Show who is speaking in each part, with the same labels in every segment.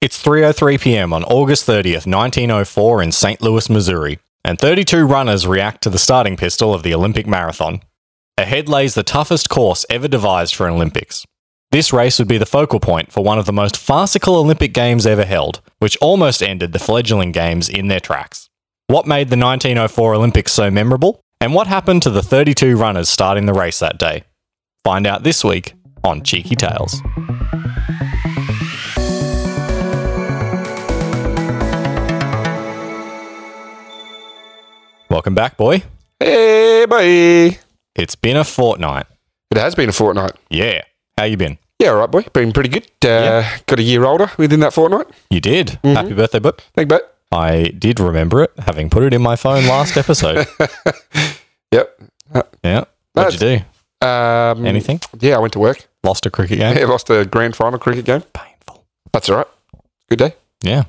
Speaker 1: It's 3:03 p.m. on August 30th, 1904 in St. Louis, Missouri, and 32 runners react to the starting pistol of the Olympic marathon. Ahead lays the toughest course ever devised for an Olympics. This race would be the focal point for one of the most farcical Olympic Games ever held, which almost ended the fledgling Games in their tracks. What made the 1904 Olympics so memorable, and what happened to the 32 runners starting the race that day? Find out this week on Cheeky Tales. Welcome back, boy.
Speaker 2: Hey, boy.
Speaker 1: It's been a fortnight.
Speaker 2: It has been a fortnight.
Speaker 1: Yeah. How you been?
Speaker 2: Yeah, all right, boy. Been pretty good. Uh, Got a year older within that fortnight.
Speaker 1: You did.
Speaker 2: Mm-hmm.
Speaker 1: Happy birthday, Boop.
Speaker 2: Think about it.
Speaker 1: I did remember it, having put it in my phone last episode.
Speaker 2: Yep.
Speaker 1: yeah. What'd you do?
Speaker 2: Um,
Speaker 1: Anything?
Speaker 2: Yeah, I went to work.
Speaker 1: Lost a cricket
Speaker 2: Yeah,
Speaker 1: game?
Speaker 2: lost a grand final cricket game.
Speaker 1: Painful.
Speaker 2: That's all right. Good day.
Speaker 1: Yeah.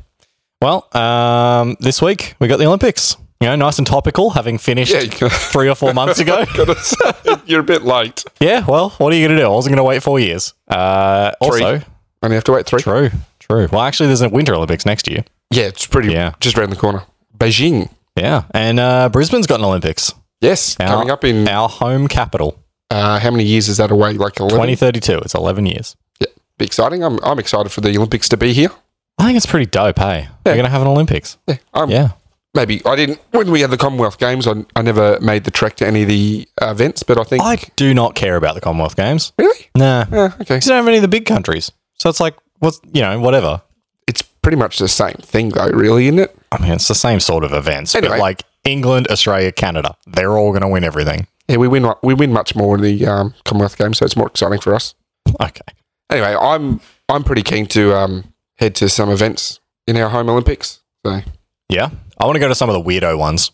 Speaker 1: Well, um, this week we got the Olympics. You know, nice and topical, having finished
Speaker 2: Yeah, you can-
Speaker 1: three or four months ago.
Speaker 2: Gotta say, You're a bit late.
Speaker 1: yeah, well, what are you going to do? I wasn't going to wait four years. Uh,
Speaker 2: Three.
Speaker 1: also,
Speaker 2: Only have to wait three.
Speaker 1: true, true. Well, actually, there's a Winter Olympics next year.
Speaker 2: Yeah, it's pretty.
Speaker 1: Yeah.
Speaker 2: Just around the corner. Beijing.
Speaker 1: Yeah, and uh, Brisbane's got an Olympics.
Speaker 2: Yes.
Speaker 1: Our-
Speaker 2: Coming up in
Speaker 1: Our home capital,
Speaker 2: uh, how many years is that away? Like 11?
Speaker 1: 2032. It's 11 years.
Speaker 2: Yeah. Be exciting. I'm, I'm excited for the Olympics to be here.
Speaker 1: I think it's pretty dope, hey? We're going to have an Olympics.
Speaker 2: Yeah. I'm,
Speaker 1: Yeah.
Speaker 2: Maybe I didn't. When we had the Commonwealth Games, I, I never made the trek to any of the events, but I think.
Speaker 1: I do not care about the Commonwealth Games.
Speaker 2: really?
Speaker 1: Nah.
Speaker 2: Yeah, okay.
Speaker 1: Because you don't have any of the big countries. So it's like, what's, you know, whatever.
Speaker 2: It's pretty much the same thing, though, really, isn't it?
Speaker 1: I mean, it's the same sort of events,
Speaker 2: Anyway.
Speaker 1: but like England, Australia, Canada, they're all going to win everything.
Speaker 2: Yeah, we win. We win much more in the um, Commonwealth Games, so it's more exciting for us.
Speaker 1: Okay.
Speaker 2: Anyway, I'm I'm pretty keen to um, head to some events in our home Olympics. So
Speaker 1: Yeah. I want to go to some of the weirdo ones.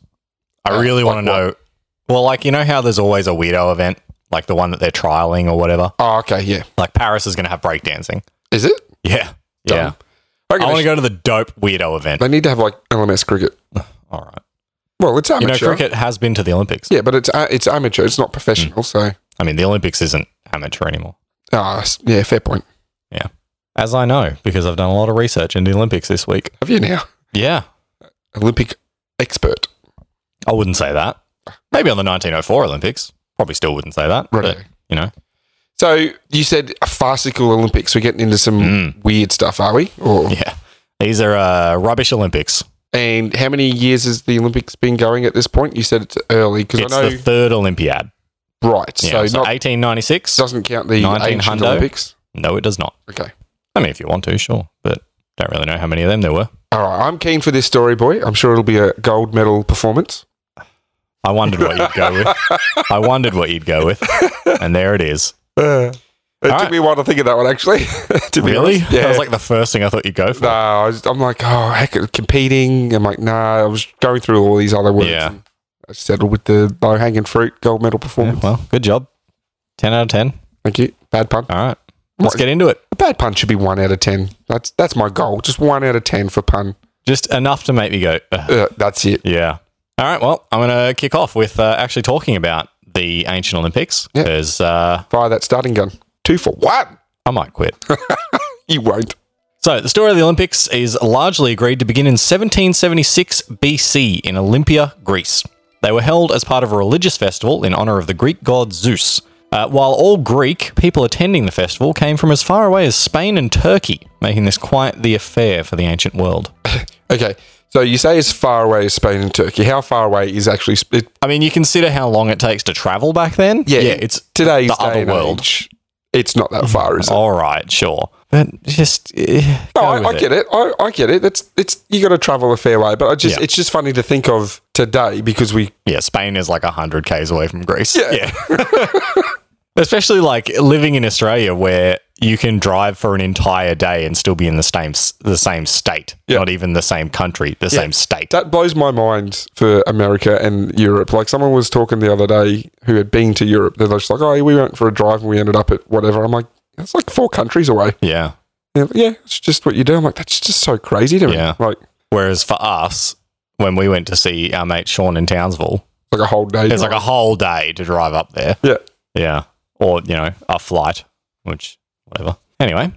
Speaker 1: I
Speaker 2: Uh,
Speaker 1: really
Speaker 2: like
Speaker 1: want to know. Well, like, you know how there's always a weirdo event, like the one that they're trialing or whatever?
Speaker 2: oh, okay, yeah,
Speaker 1: Like, Paris is going to have breakdancing.
Speaker 2: is it?
Speaker 1: Yeah. Yeah.
Speaker 2: Okay,
Speaker 1: I want
Speaker 2: they,
Speaker 1: to go to the dope weirdo event.
Speaker 2: they need to have like LMS cricket.
Speaker 1: All right.
Speaker 2: Well, it's
Speaker 1: You
Speaker 2: amateur.
Speaker 1: know, cricket Mm. has been to the Olympics.
Speaker 2: Yeah, but it's uh, it's amateur. It's not professional. So
Speaker 1: I mean, the Olympics isn't amateur anymore.
Speaker 2: ah, s- yeah, fair point.
Speaker 1: As I know, because I've done a lot of research in the Olympics this week.
Speaker 2: Have you now
Speaker 1: Yeah.
Speaker 2: Olympic expert?
Speaker 1: I wouldn't say that. Maybe on the 1904 Olympics. Probably still wouldn't say that.
Speaker 2: Right.
Speaker 1: But, you know,
Speaker 2: So you said a farcical Olympics. We're getting into some
Speaker 1: Mm.
Speaker 2: weird stuff, are we? Or
Speaker 1: yeah. These are uh, rubbish Olympics.
Speaker 2: and how many years has the Olympics been going at this point? You said it's early because
Speaker 1: It's
Speaker 2: I know
Speaker 1: the third Olympiad.
Speaker 2: right.
Speaker 1: Yeah,
Speaker 2: so,
Speaker 1: so
Speaker 2: not
Speaker 1: 1896.
Speaker 2: doesn't count the
Speaker 1: 19
Speaker 2: ancient
Speaker 1: hundo.
Speaker 2: Olympics.
Speaker 1: No, it does not.
Speaker 2: Okay.
Speaker 1: I mean, if you want to, sure. But don't really know how many of them there were.
Speaker 2: All right. I'm keen for this story, boy. I'm sure it'll be a gold medal performance.
Speaker 1: I wondered what you'd go with. I wondered what you'd go with. And there it is.
Speaker 2: Uh, it
Speaker 1: All
Speaker 2: took
Speaker 1: right.
Speaker 2: me a while to think of that one, actually. to be
Speaker 1: Really?
Speaker 2: honest.
Speaker 1: That
Speaker 2: Yeah.
Speaker 1: was like the first thing I thought you'd go for.
Speaker 2: no, I was, I'm like, oh, heck, it was competing. I'm like, nah, I was going through all these other words.
Speaker 1: Yeah.
Speaker 2: and I settled with the low hanging fruit gold medal
Speaker 1: Yeah,
Speaker 2: performance.
Speaker 1: well, good job. 10 out of 10.
Speaker 2: Thank you. Bad pun.
Speaker 1: All right. Let's
Speaker 2: What-
Speaker 1: get into it.
Speaker 2: A bad pun should be one out of 10. That's that's my goal. Just one out of 10 for pun.
Speaker 1: Just enough to make me go, "Ugh."
Speaker 2: Uh, that's it.
Speaker 1: yeah. All right. Well, I'm going to kick off with uh, actually talking about the ancient Olympics
Speaker 2: Yeah.
Speaker 1: because uh,
Speaker 2: Fire that starting gun. Two for one.
Speaker 1: I might quit.
Speaker 2: You won't.
Speaker 1: so, the story of the Olympics is largely agreed to begin in 1776 BC in Olympia, Greece. They were held as part of a religious festival in honor of the Greek god Zeus. Uh, while all Greek people attending the festival came from as far away as Spain and Turkey, making this quite the affair for the ancient world.
Speaker 2: Okay. So you say as far away as Spain and Turkey. How far away is actually Sp- it,
Speaker 1: I mean, you consider how long it takes to travel back then.
Speaker 2: Yeah,
Speaker 1: yeah,
Speaker 2: it-
Speaker 1: it's
Speaker 2: today's
Speaker 1: the
Speaker 2: day
Speaker 1: other
Speaker 2: and
Speaker 1: world.
Speaker 2: age, It's not that far, is it?
Speaker 1: All right, sure, but just eh, go
Speaker 2: No, I,
Speaker 1: with
Speaker 2: I get it. I, I get it. It's it's you got to travel a fair way, but I just
Speaker 1: Yeah.
Speaker 2: it's just funny to think of today because we
Speaker 1: Yeah, Spain is like hundred k's away from Greece. Yeah, especially like living in Australia where you can drive for an entire day and still be in the same s- the same state,
Speaker 2: Yeah.
Speaker 1: not even the same country, the same state.
Speaker 2: that blows my mind for America and Europe. Like someone was talking the other day who had been to Europe. They're just like, oh, we went for a drive and we ended up at whatever. I'm like, it's like four countries away.
Speaker 1: yeah.
Speaker 2: They're like, yeah, it's just what you do. I'm like, that's just so crazy to me.
Speaker 1: Yeah.
Speaker 2: Like
Speaker 1: Whereas for us, when we went to see our mate Sean in Townsville,
Speaker 2: like a whole day.
Speaker 1: it's like a whole day to drive up there.
Speaker 2: yeah.
Speaker 1: Yeah. Or, you know, a flight, which, whatever. Anyway,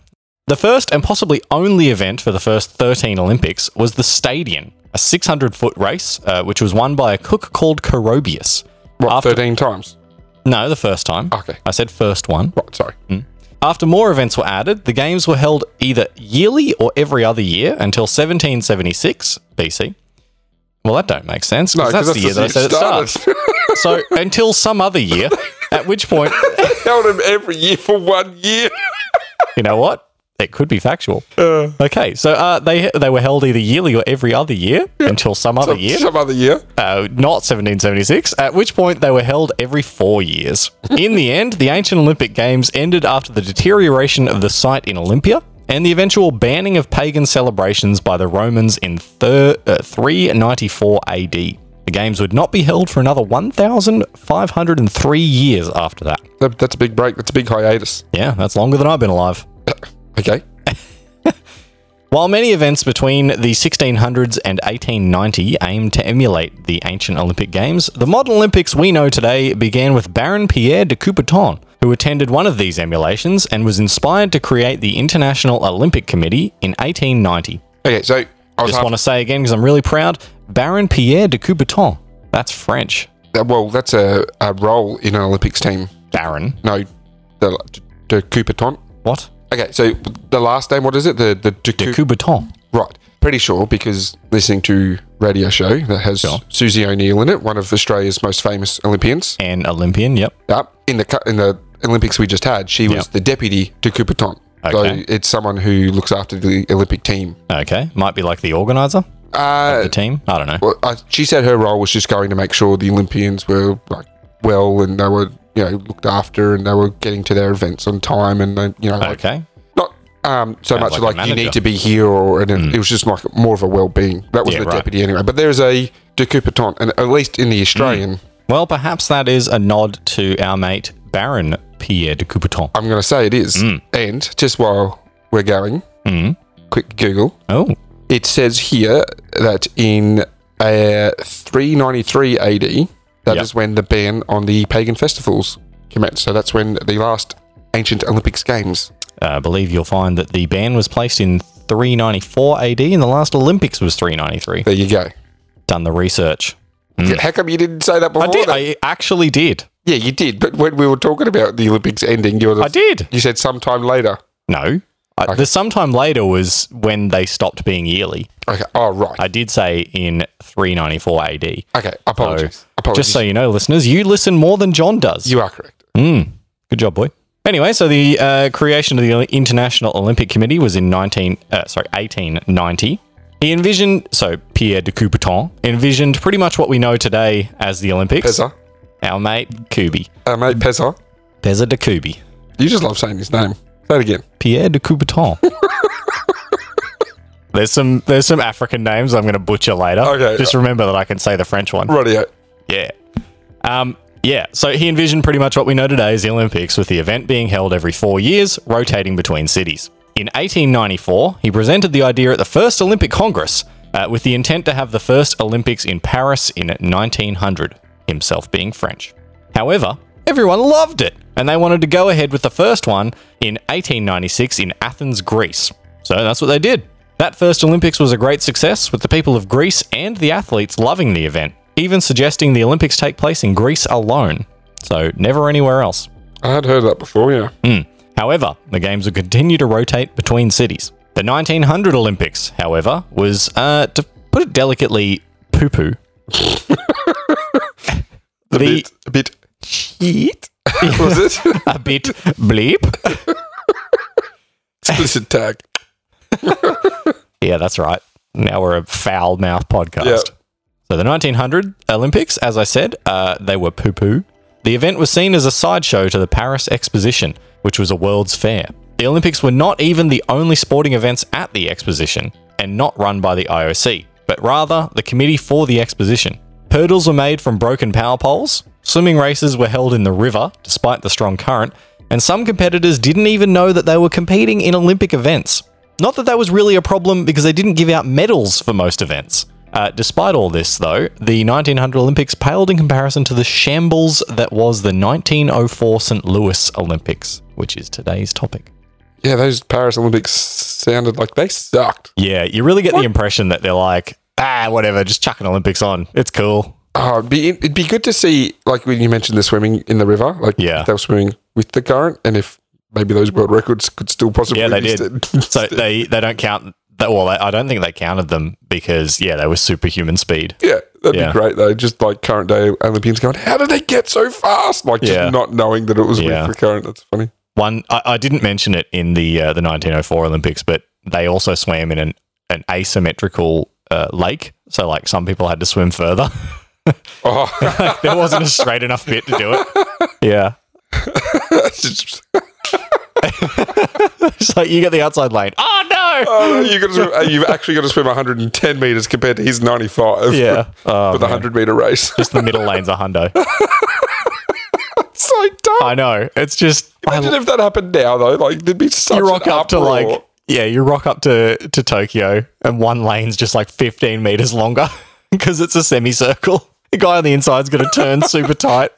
Speaker 1: The first and possibly only event for the first 13 Olympics was the Stadion, a 600 foot race, uh, which was won by a cook called Corobius.
Speaker 2: What,
Speaker 1: After-
Speaker 2: 13 times?
Speaker 1: No, the first time.
Speaker 2: Okay.
Speaker 1: I said first one.
Speaker 2: Right, sorry.
Speaker 1: Mm. After more events were added, the games were held either yearly or every other year until 1776 BC. Well, that don't make sense
Speaker 2: No,
Speaker 1: because that's, the year that I said it starts. so until some other year, at which point,
Speaker 2: Held him every year for one year.
Speaker 1: you know what? It could be factual. okay, so uh, they they were held either yearly or every other year until some other year,
Speaker 2: Some other year.
Speaker 1: uh, not 1776. At which point they were held every four years. in the end, the ancient Olympic Games ended after the deterioration of the site in Olympia and the eventual banning of pagan celebrations by the Romans in thir- uh, 394 AD. The games would not be held for another 1,503 years after that.
Speaker 2: That- that's a big break. That's a big hiatus.
Speaker 1: Yeah, that's longer than I've been alive.
Speaker 2: Okay.
Speaker 1: While many events between the 1600s and 1890 aimed to emulate the ancient Olympic Games, the modern Olympics we know today began with Baron Pierre de Coubertin, who attended one of these emulations and was inspired to create the International Olympic Committee in 1890.
Speaker 2: Okay, so I was
Speaker 1: Just
Speaker 2: half,
Speaker 1: want to say again because I'm really proud Baron Pierre de Coubertin. That's French.
Speaker 2: uh, well, that's a, a role in an Olympics team.
Speaker 1: Baron.
Speaker 2: No, the, the Coupeton.
Speaker 1: What?
Speaker 2: Okay, so the last name, what is it? The the Ducu-
Speaker 1: Coubertin.
Speaker 2: Right. Pretty sure because listening to radio show that has Susie O'Neill in it, one of Australia's most famous Olympians.
Speaker 1: An Olympian, yep.
Speaker 2: Yep. In the cu- in the Olympics we just had, she
Speaker 1: Yep.
Speaker 2: was the deputy to Coupeton.
Speaker 1: Okay.
Speaker 2: So it's someone who looks after the Olympic team.
Speaker 1: Okay. Might be like the organizer,
Speaker 2: Uh,
Speaker 1: the team. I don't know.
Speaker 2: well, I, she said her role was just going to make sure the Olympians were like well and they were you know looked after and they were getting to their events on time and they, you know like,
Speaker 1: Okay.
Speaker 2: not um, so much
Speaker 1: like a
Speaker 2: like, you
Speaker 1: manager. Mm.
Speaker 2: need to be here or and it was just like more of a well-being that was
Speaker 1: Yeah,
Speaker 2: the
Speaker 1: right.
Speaker 2: deputy anyway but there's a de Coubertin, and at least in the australian
Speaker 1: Well, perhaps that is a nod to our mate Baron Pierre de Coubertin.
Speaker 2: i'm going to say it is
Speaker 1: Mm.
Speaker 2: and just while we're going quick google
Speaker 1: Oh,
Speaker 2: it says here that in uh, 393 ad that is
Speaker 1: Yep.
Speaker 2: when the ban on the pagan festivals commenced so that's when the last ancient olympics games
Speaker 1: uh, I believe you'll find that the ban was placed in 394 AD, and the last Olympics was 393.
Speaker 2: there you go
Speaker 1: Done the research.
Speaker 2: how come you didn't say that before
Speaker 1: Mm. I did.
Speaker 2: then?
Speaker 1: I actually did.
Speaker 2: yeah you did but when we were talking about the olympics ending you were the
Speaker 1: I did.
Speaker 2: You said sometime later.
Speaker 1: No. I, the sometime later was when they stopped being yearly.
Speaker 2: Okay. Oh, right.
Speaker 1: I did say in 394 AD.
Speaker 2: okay. Apologies. apologies.
Speaker 1: Just so you know, listeners, you listen more than John does.
Speaker 2: you are correct.
Speaker 1: Good job, boy. Anyway, so the uh, creation of the International Olympic Committee was in 19, uh, sorry, 1890. He envisioned, so Pierre de Coubertin envisioned pretty much what we know today as the Olympics.
Speaker 2: Pezza.
Speaker 1: Our mate Kubi,
Speaker 2: Uh, mate, Pezza.
Speaker 1: Pezza de Kubi,
Speaker 2: You just love saying his name. Say it again.
Speaker 1: Pierre de Coubertin. there's some there's some African names I'm going to butcher later.
Speaker 2: Okay.
Speaker 1: just remember that I can say the French one.
Speaker 2: Radio.
Speaker 1: Yeah. Um, yeah, so he envisioned pretty much what we know today as the Olympics, with the event being held every four years, rotating between cities. In 1894, he presented the idea at the first Olympic Congress, uh, with the intent to have the first Olympics in Paris in 1900, himself being French. However, everyone loved it, and they wanted to go ahead with the first one in 1896 in Athens, Greece. So that's what they did. That first Olympics was a great success, with the people of Greece and the athletes loving the event, even suggesting the Olympics take place in Greece alone, so never anywhere else.
Speaker 2: I had heard that before, yeah.
Speaker 1: Mm, However, the games would continue to rotate between cities. The 1900 Olympics, however, was, uh, to put it delicately, poo poo.
Speaker 2: A
Speaker 1: the
Speaker 2: bit. A bit. Shit. was it?
Speaker 1: a bit bleep.
Speaker 2: Explicit tag.
Speaker 1: Yeah, that's right. Now we're a foul mouth podcast.
Speaker 2: Yeah.
Speaker 1: So the 1900 Olympics, as I said, uh, they were poo poo. The event was seen as a sideshow to the Paris Exposition, which was a world's fair. The Olympics were not even the only sporting events at the exposition, and not run by the IOC, but rather the committee for the exposition. Hurdles were made from broken power poles, swimming races were held in the river, despite the strong current, and some competitors didn't even know that they were competing in Olympic events. Not that that was really a problem because they didn't give out medals for most events. Uh, despite all this, though, the 1900 Olympics paled in comparison to the oh shambles that was the 1904 St. Louis Olympics, which is today's topic.
Speaker 2: yeah, those Paris Olympics sounded like they sucked.
Speaker 1: Yeah, you really get
Speaker 2: What?
Speaker 1: the impression that they're like, ah, whatever, just chuck an Olympics on. It's cool.
Speaker 2: Oh, it'd be it'd be good to see, like when you mentioned the swimming in the river, like
Speaker 1: Yeah.
Speaker 2: if they were swimming with the current, and if maybe those world records could still possibly
Speaker 1: Yeah, they
Speaker 2: be
Speaker 1: did.
Speaker 2: set.
Speaker 1: So they, they don't count. That, well, I don't think they counted them because, yeah, they were superhuman speed.
Speaker 2: Yeah, that'd
Speaker 1: Yeah.
Speaker 2: be great though. Just like current day Olympians going, how did they get so fast? Like just
Speaker 1: Yeah.
Speaker 2: not knowing that it was
Speaker 1: Yeah.
Speaker 2: with the current. That's funny.
Speaker 1: One, I, I didn't mention it in the uh, the 1904 Olympics, but they also swam in an, an asymmetrical uh, lake. So, like, some people had to swim further.
Speaker 2: Oh,
Speaker 1: Like, there wasn't a straight enough bit to do it. Yeah.
Speaker 2: that's just- oh,
Speaker 1: It's like you get the outside lane. Oh, no.
Speaker 2: oh, you gotta swim, you've actually got to swim 110 meters compared to his 95.
Speaker 1: Yeah. Oh,
Speaker 2: For the 100 meter race.
Speaker 1: just the middle lane's a hundo.
Speaker 2: it's so dumb.
Speaker 1: I know. It's just I,
Speaker 2: Imagine if that happened now, though. Like, there'd be such
Speaker 1: you rock
Speaker 2: an
Speaker 1: up to
Speaker 2: uproar.
Speaker 1: like yeah, you rock up to to Tokyo and one lane's just like 15 meters longer because it's a semicircle. The guy on the inside's going to turn super tight.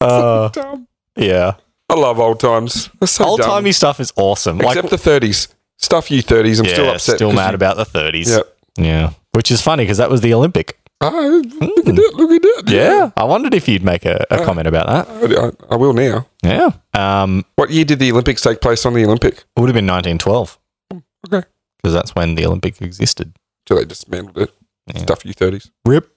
Speaker 1: Uh,
Speaker 2: Dumb.
Speaker 1: yeah.
Speaker 2: I love old times. They're so
Speaker 1: Old
Speaker 2: dumb.
Speaker 1: timey stuff is awesome. Like
Speaker 2: Except the 30s. Stuff you 30s. I'm
Speaker 1: yeah,
Speaker 2: still
Speaker 1: still,
Speaker 2: upset.
Speaker 1: mad about the 30s. Yeah. Which is funny because that was the Olympic.
Speaker 2: Oh, look at that. Look at that.
Speaker 1: I wondered if you'd make a, a comment about that.
Speaker 2: I, I- I will now.
Speaker 1: Yeah. Um
Speaker 2: What year did the Olympics take place on the Olympic?
Speaker 1: it would have been 1912
Speaker 2: Mm, Okay.
Speaker 1: because that's when the Olympic existed.
Speaker 2: So they dismantled it.
Speaker 1: Yeah.
Speaker 2: Stuff you 30s.
Speaker 1: Rip.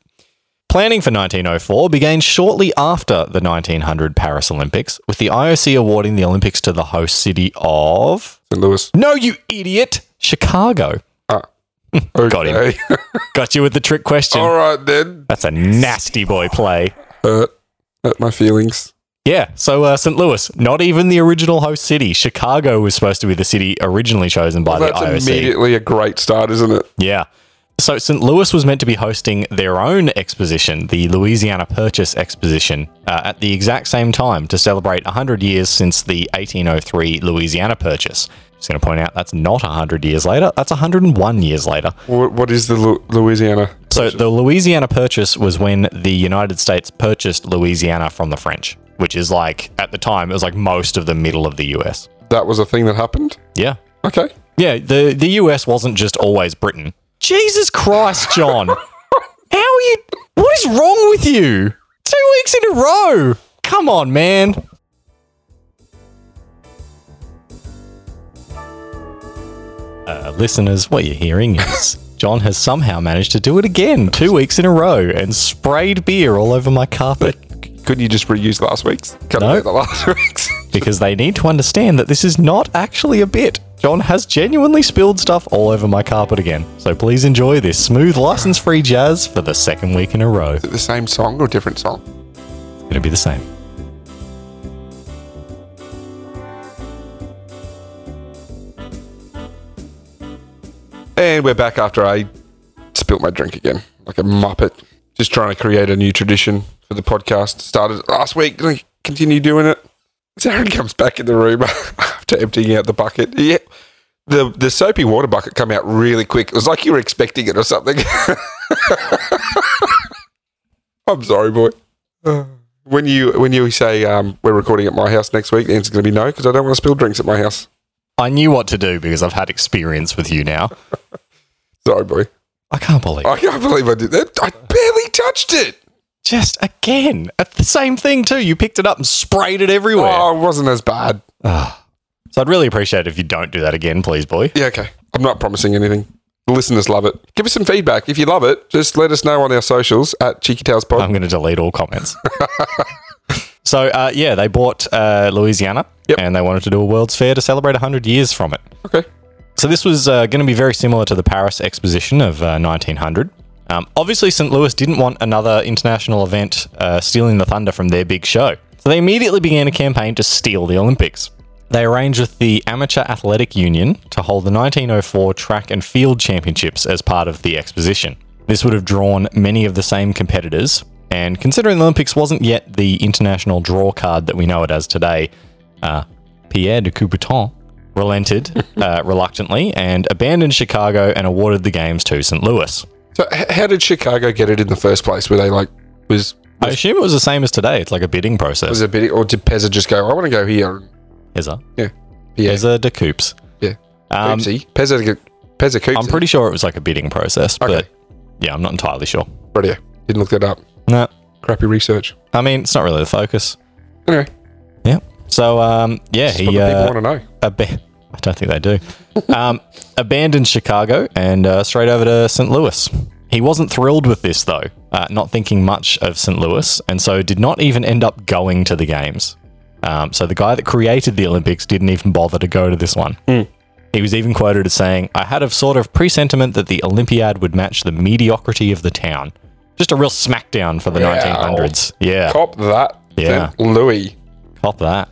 Speaker 1: Planning for 1904 began shortly after the 1900 Paris Olympics, with the IOC awarding the Olympics to the host city of.
Speaker 2: St. Louis.
Speaker 1: No, you idiot! Chicago.
Speaker 2: Okay.
Speaker 1: Got him. Got you with the trick question.
Speaker 2: All right, then.
Speaker 1: That's a nasty boy play.
Speaker 2: Hurt. Hurt my feelings.
Speaker 1: Yeah, so uh, St. Louis, not even the original host city. Chicago was supposed to be the city originally chosen by the
Speaker 2: That's
Speaker 1: IOC.
Speaker 2: immediately a great start, isn't it?
Speaker 1: Yeah. So St. Louis was meant to be hosting their own exposition, the Louisiana Purchase Exposition, uh, at the exact same time to celebrate 100 years since the 1803 Louisiana Purchase. Just going to point out that's not 100 years later, that's 101 years later.
Speaker 2: What, what is the Lu- Louisiana?
Speaker 1: So the Louisiana Purchase was when the United States purchased Louisiana from the French, which is like, at the time, it was like most of the middle of the US.
Speaker 2: That was a thing that happened?
Speaker 1: Yeah.
Speaker 2: Okay.
Speaker 1: Yeah, the, the US wasn't just always Britain. Jesus Christ, John. How are you? What is wrong with you? Two weeks in a row. Come on, man. Uh, listeners, what you're hearing is John has somehow managed to do it again, two weeks in a row, and sprayed beer all over my carpet
Speaker 2: Couldn't you just reuse last week's? Cut
Speaker 1: No.
Speaker 2: out the last week's.
Speaker 1: because they need to understand that this is not actually a bit. John has genuinely spilled stuff all over my carpet again. So please enjoy this smooth, license free jazz for the second week in a row. It's
Speaker 2: the same song or different song?
Speaker 1: going to be the same.
Speaker 2: And we're back after I spilt my drink again, like a muppet. Just trying to create a new tradition for the podcast. Started last week, gonna continue doing it. Zarin comes back in the room after emptying out the bucket. Yeah. The, the soapy water bucket come out really quick. It was like you were expecting it or something. I'm sorry, boy. Uh, When you when you say um, we're recording at my house next week, the answer's going to be no because I don't want to spill drinks at my house.
Speaker 1: I knew what to do because I've had experience with you now.
Speaker 2: Sorry, boy.
Speaker 1: I can't believe it.
Speaker 2: I can't believe I did that. I barely touched it.
Speaker 1: Just again, at the same thing too. You picked it up and sprayed it everywhere. Ah.
Speaker 2: Oh, it wasn't as bad.
Speaker 1: So I'd really appreciate it if you don't do that again, please, boy.
Speaker 2: Yeah, okay. I'm not promising anything. The listeners love it. Give us some feedback. If you love it, just let us know on our socials at Cheeky Tales Pod.
Speaker 1: I'm going to delete all comments. so, uh, yeah, they bought uh, Louisiana
Speaker 2: Yep.
Speaker 1: and they wanted to do a World's Fair to celebrate 100 years from it.
Speaker 2: okay.
Speaker 1: So this was uh, going to be very similar to the Paris Exposition of uh, 1900. Um, obviously, St. Louis didn't want another international event uh, stealing the thunder from their big show. So they immediately began a campaign to steal the Olympics. They arranged with the Amateur Athletic Union to hold the 1904 Track and Field Championships as part of the exposition. This would have drawn many of the same competitors, and considering the Olympics wasn't yet the international draw card that we know it as today, uh, Pierre de Coubertin relented uh, reluctantly and abandoned Chicago and awarded the games to St. Louis.
Speaker 2: So, h- how did Chicago get it in the first place? Were they like, was
Speaker 1: I assume it was the same as today. It's like a bidding process.
Speaker 2: was it a bit, or did Pezza just go, I want to go here?
Speaker 1: Is it?
Speaker 2: Yeah. Yeah.
Speaker 1: Pezza de Coups.
Speaker 2: Yeah.
Speaker 1: Um,
Speaker 2: Oopsie. Pezza, Pezza Coops.
Speaker 1: I'm pretty sure it was like a bidding process,
Speaker 2: Okay.
Speaker 1: but yeah, I'm not entirely sure.
Speaker 2: Right here. Didn't look that up.
Speaker 1: No,
Speaker 2: Crappy research.
Speaker 1: I mean it's not really the focus.
Speaker 2: Anyway,
Speaker 1: Yeah. So um, yeah,
Speaker 2: that's what
Speaker 1: he
Speaker 2: the people
Speaker 1: uh,
Speaker 2: want to know.
Speaker 1: aban- I don't think they do. Um, abandoned Chicago and uh, straight over to St. Louis. He wasn't thrilled with this though, uh, not thinking much of St. Louis, and so did not even end up going to the games. Um, so the guy that created the Olympics didn't even bother to go to this one. He was even quoted as saying, I had a sort of presentiment that the Olympiad would match the mediocrity of the town. Just a real smackdown for the
Speaker 2: Wow.
Speaker 1: 1900s. Yeah.
Speaker 2: Cop that.
Speaker 1: Yeah.
Speaker 2: Then Louis.
Speaker 1: Cop that.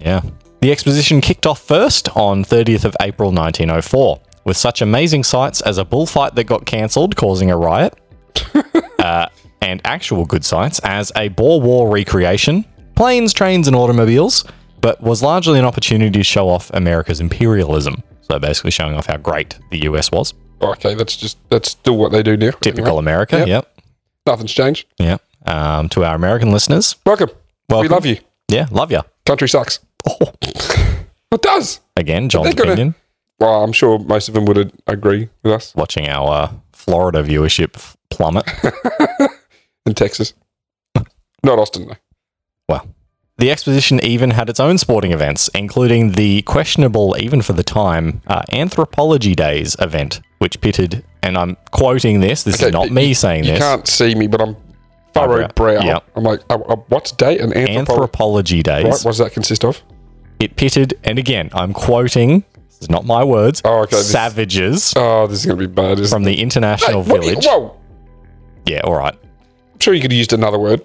Speaker 1: Yeah. The exposition kicked off first on 30th of April 1904 with such amazing sights as a bullfight that got cancelled, causing a riot, uh, and actual good sights as a Boer War recreation, planes, trains, and automobiles, but was largely an opportunity to show off America's imperialism. So basically, showing off how great the US was.
Speaker 2: Oh, Okay, that's just that's still what they do now.
Speaker 1: Typical
Speaker 2: Anyway,
Speaker 1: America. Yep. Yep.
Speaker 2: nothing's changed.
Speaker 1: Um, to our American listeners,
Speaker 2: Welcome.
Speaker 1: Welcome.
Speaker 2: We love you.
Speaker 1: yeah, love ya.
Speaker 2: Country sucks.
Speaker 1: Oh.
Speaker 2: It does.
Speaker 1: Again, John's
Speaker 2: They're gonna-
Speaker 1: opinion.
Speaker 2: Well, I'm sure most of them would agree with us
Speaker 1: watching our uh, Florida viewership f- plummet.
Speaker 2: in Texas. Not Austin, though.
Speaker 1: well, the exposition even had its own sporting events, including the questionable, even for the time, uh, Anthropology Days event, which pitted, and I'm quoting this, this
Speaker 2: Okay,
Speaker 1: is not
Speaker 2: but
Speaker 1: me saying
Speaker 2: You
Speaker 1: this,
Speaker 2: can't see me, but I'm furrowed
Speaker 1: Eyebrow.
Speaker 2: brow.
Speaker 1: Yep.
Speaker 2: I'm like, oh, oh, what's date and anthropology?
Speaker 1: Anthropology Days.
Speaker 2: Right, what does that consist of?
Speaker 1: It pitted, and again, I'm quoting, this is not my words,
Speaker 2: Oh, okay, this-
Speaker 1: savages
Speaker 2: Oh, this is going to be bad, isn't
Speaker 1: from the
Speaker 2: it?
Speaker 1: International
Speaker 2: What-
Speaker 1: Village.
Speaker 2: Whoa,
Speaker 1: yeah, all right.
Speaker 2: I'm sure you could have used another word.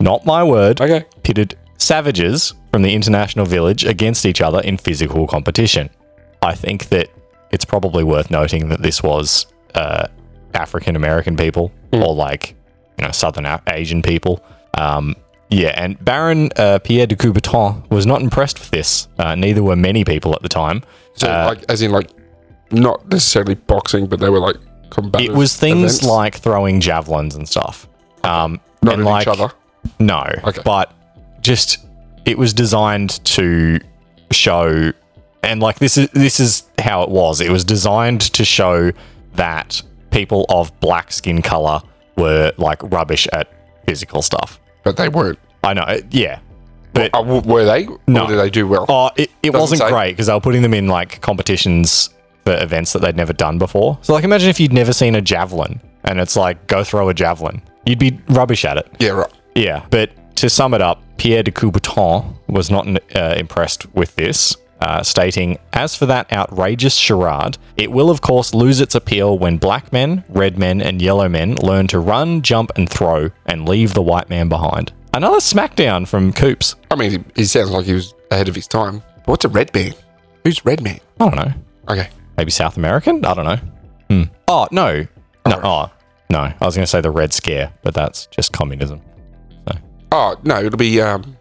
Speaker 1: Not my word.
Speaker 2: Okay.
Speaker 1: pitted savages from the international village against each other in physical competition. I think that it's probably worth noting that this was uh, African American people
Speaker 2: Hmm.
Speaker 1: or like you know Southern A- Asian people. Um, yeah, and Baron uh, Pierre de Coubertin was not impressed with this. Uh, neither were many people at the time.
Speaker 2: So,
Speaker 1: Uh,
Speaker 2: like, as in, like, not necessarily boxing, but they were like combative.
Speaker 1: It was things
Speaker 2: events,
Speaker 1: like throwing javelins and stuff. Um,
Speaker 2: not
Speaker 1: and
Speaker 2: at
Speaker 1: like,
Speaker 2: each other.
Speaker 1: No,
Speaker 2: Okay.
Speaker 1: but just it was designed to show, and like this is this is how it was. It was designed to show that people of black skin color were like rubbish at physical stuff.
Speaker 2: But they weren't.
Speaker 1: I know, it- yeah, but
Speaker 2: Uh, w- were they?
Speaker 1: No.
Speaker 2: Or did they do well?
Speaker 1: oh, it, it wasn't
Speaker 2: say.
Speaker 1: great because they were putting them in like competitions for events that they'd never done before. So like, imagine if you'd never seen a javelin, and it's like go throw a javelin, you'd be rubbish at it.
Speaker 2: Yeah, right.
Speaker 1: Yeah, but to sum it up, Pierre de Coubertin was not uh, impressed with this, uh, stating, As for that outrageous charade, it will of course lose its appeal when black men, red men, and yellow men learn to run, jump, and throw, and leave the white man behind. Another smackdown from Coops.
Speaker 2: I mean, he, he sounds like he was ahead of his time. But what's a red man? Who's red man?
Speaker 1: I don't know.
Speaker 2: Okay.
Speaker 1: Maybe South American? I don't know. Hmm. Oh, no. No. Oh, no. I was going to say the Red Scare, but that's just communism.
Speaker 2: Oh, no, it'll be um,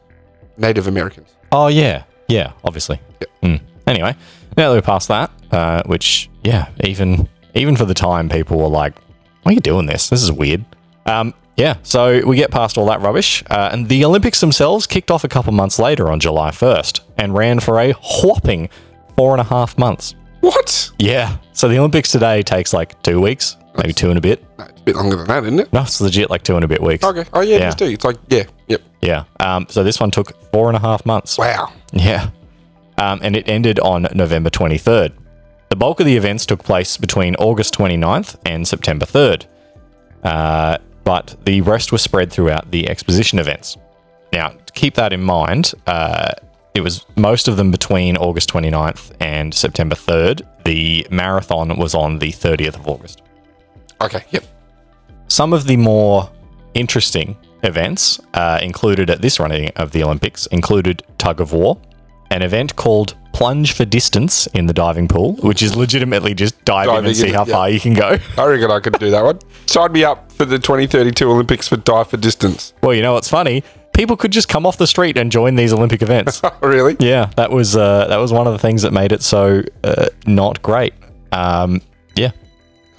Speaker 2: Native Americans.
Speaker 1: Oh yeah, yeah, obviously. Mm. Anyway, now that we're past that, uh, which yeah, even even for the time, people were like, "Why are you doing this? This is weird." Um, yeah, so we get past all that rubbish, uh, and the Olympics themselves kicked off a couple months later on July first and ran for a whopping four and a half months.
Speaker 2: What?
Speaker 1: Yeah, so the Olympics today takes like two weeks, maybe two and a bit.
Speaker 2: No, it's a bit longer than that, isn't it?
Speaker 1: No, it's legit like two and a bit weeks.
Speaker 2: Okay. Oh, yeah,
Speaker 1: Yeah.
Speaker 2: let's do. It's like, yeah, yep.
Speaker 1: Yeah. Um, so this one took four and a half months.
Speaker 2: Wow.
Speaker 1: Yeah. Um, and it ended on November 23rd. The bulk of the events took place between August 29th and September 3rd, uh, but the rest were spread throughout the exposition events. Now, to keep that in mind, uh, it was most of them between August 29th and September 3rd. The marathon was on the 30th of August
Speaker 2: Okay, yep.
Speaker 1: some of the more interesting events uh, included at this running of the Olympics included tug of war, an event called plunge for distance in the diving pool, which is legitimately just dive in
Speaker 2: Diving
Speaker 1: and see
Speaker 2: in,
Speaker 1: how
Speaker 2: yeah.
Speaker 1: far you can go.
Speaker 2: I reckon I could do that one. Sign me up for the 2032 Olympics for dive for distance.
Speaker 1: Well, you know what's funny? People could just come off the street and join these Olympic events.
Speaker 2: Oh, really?
Speaker 1: yeah, that was uh, that was one of the things that made it so uh, not great. Um, yeah,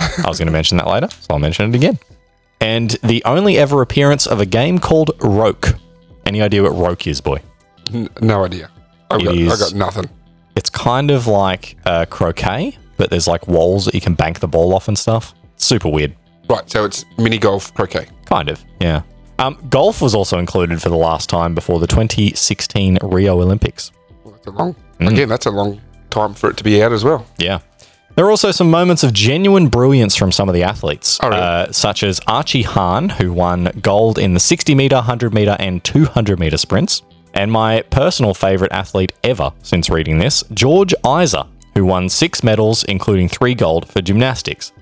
Speaker 1: I was going to mention that later, so I'll mention it again. And the only ever appearance of a game called Roke. Any idea what Roke is, boy?
Speaker 2: N- no idea. I've
Speaker 1: It
Speaker 2: got, I
Speaker 1: is-
Speaker 2: got nothing.
Speaker 1: It's kind of like uh, croquet, but there's like walls that you can bank the ball off and stuff. Super weird.
Speaker 2: Right, so it's mini golf croquet.
Speaker 1: Kind of, yeah. Um, golf was also included for the last time before the 2016 Rio Olympics.
Speaker 2: Well, that's a long, again, that's a long time for it to be out as well.
Speaker 1: Yeah. There are also some moments of genuine brilliance from some of the athletes,
Speaker 2: Oh, really?
Speaker 1: uh, such as Archie Hahn, who won gold in the 60 meter, 100 meter, and 200 meter sprints. And my personal favorite athlete ever since reading this, George Isa, who won six medals, including three gold for gymnastics.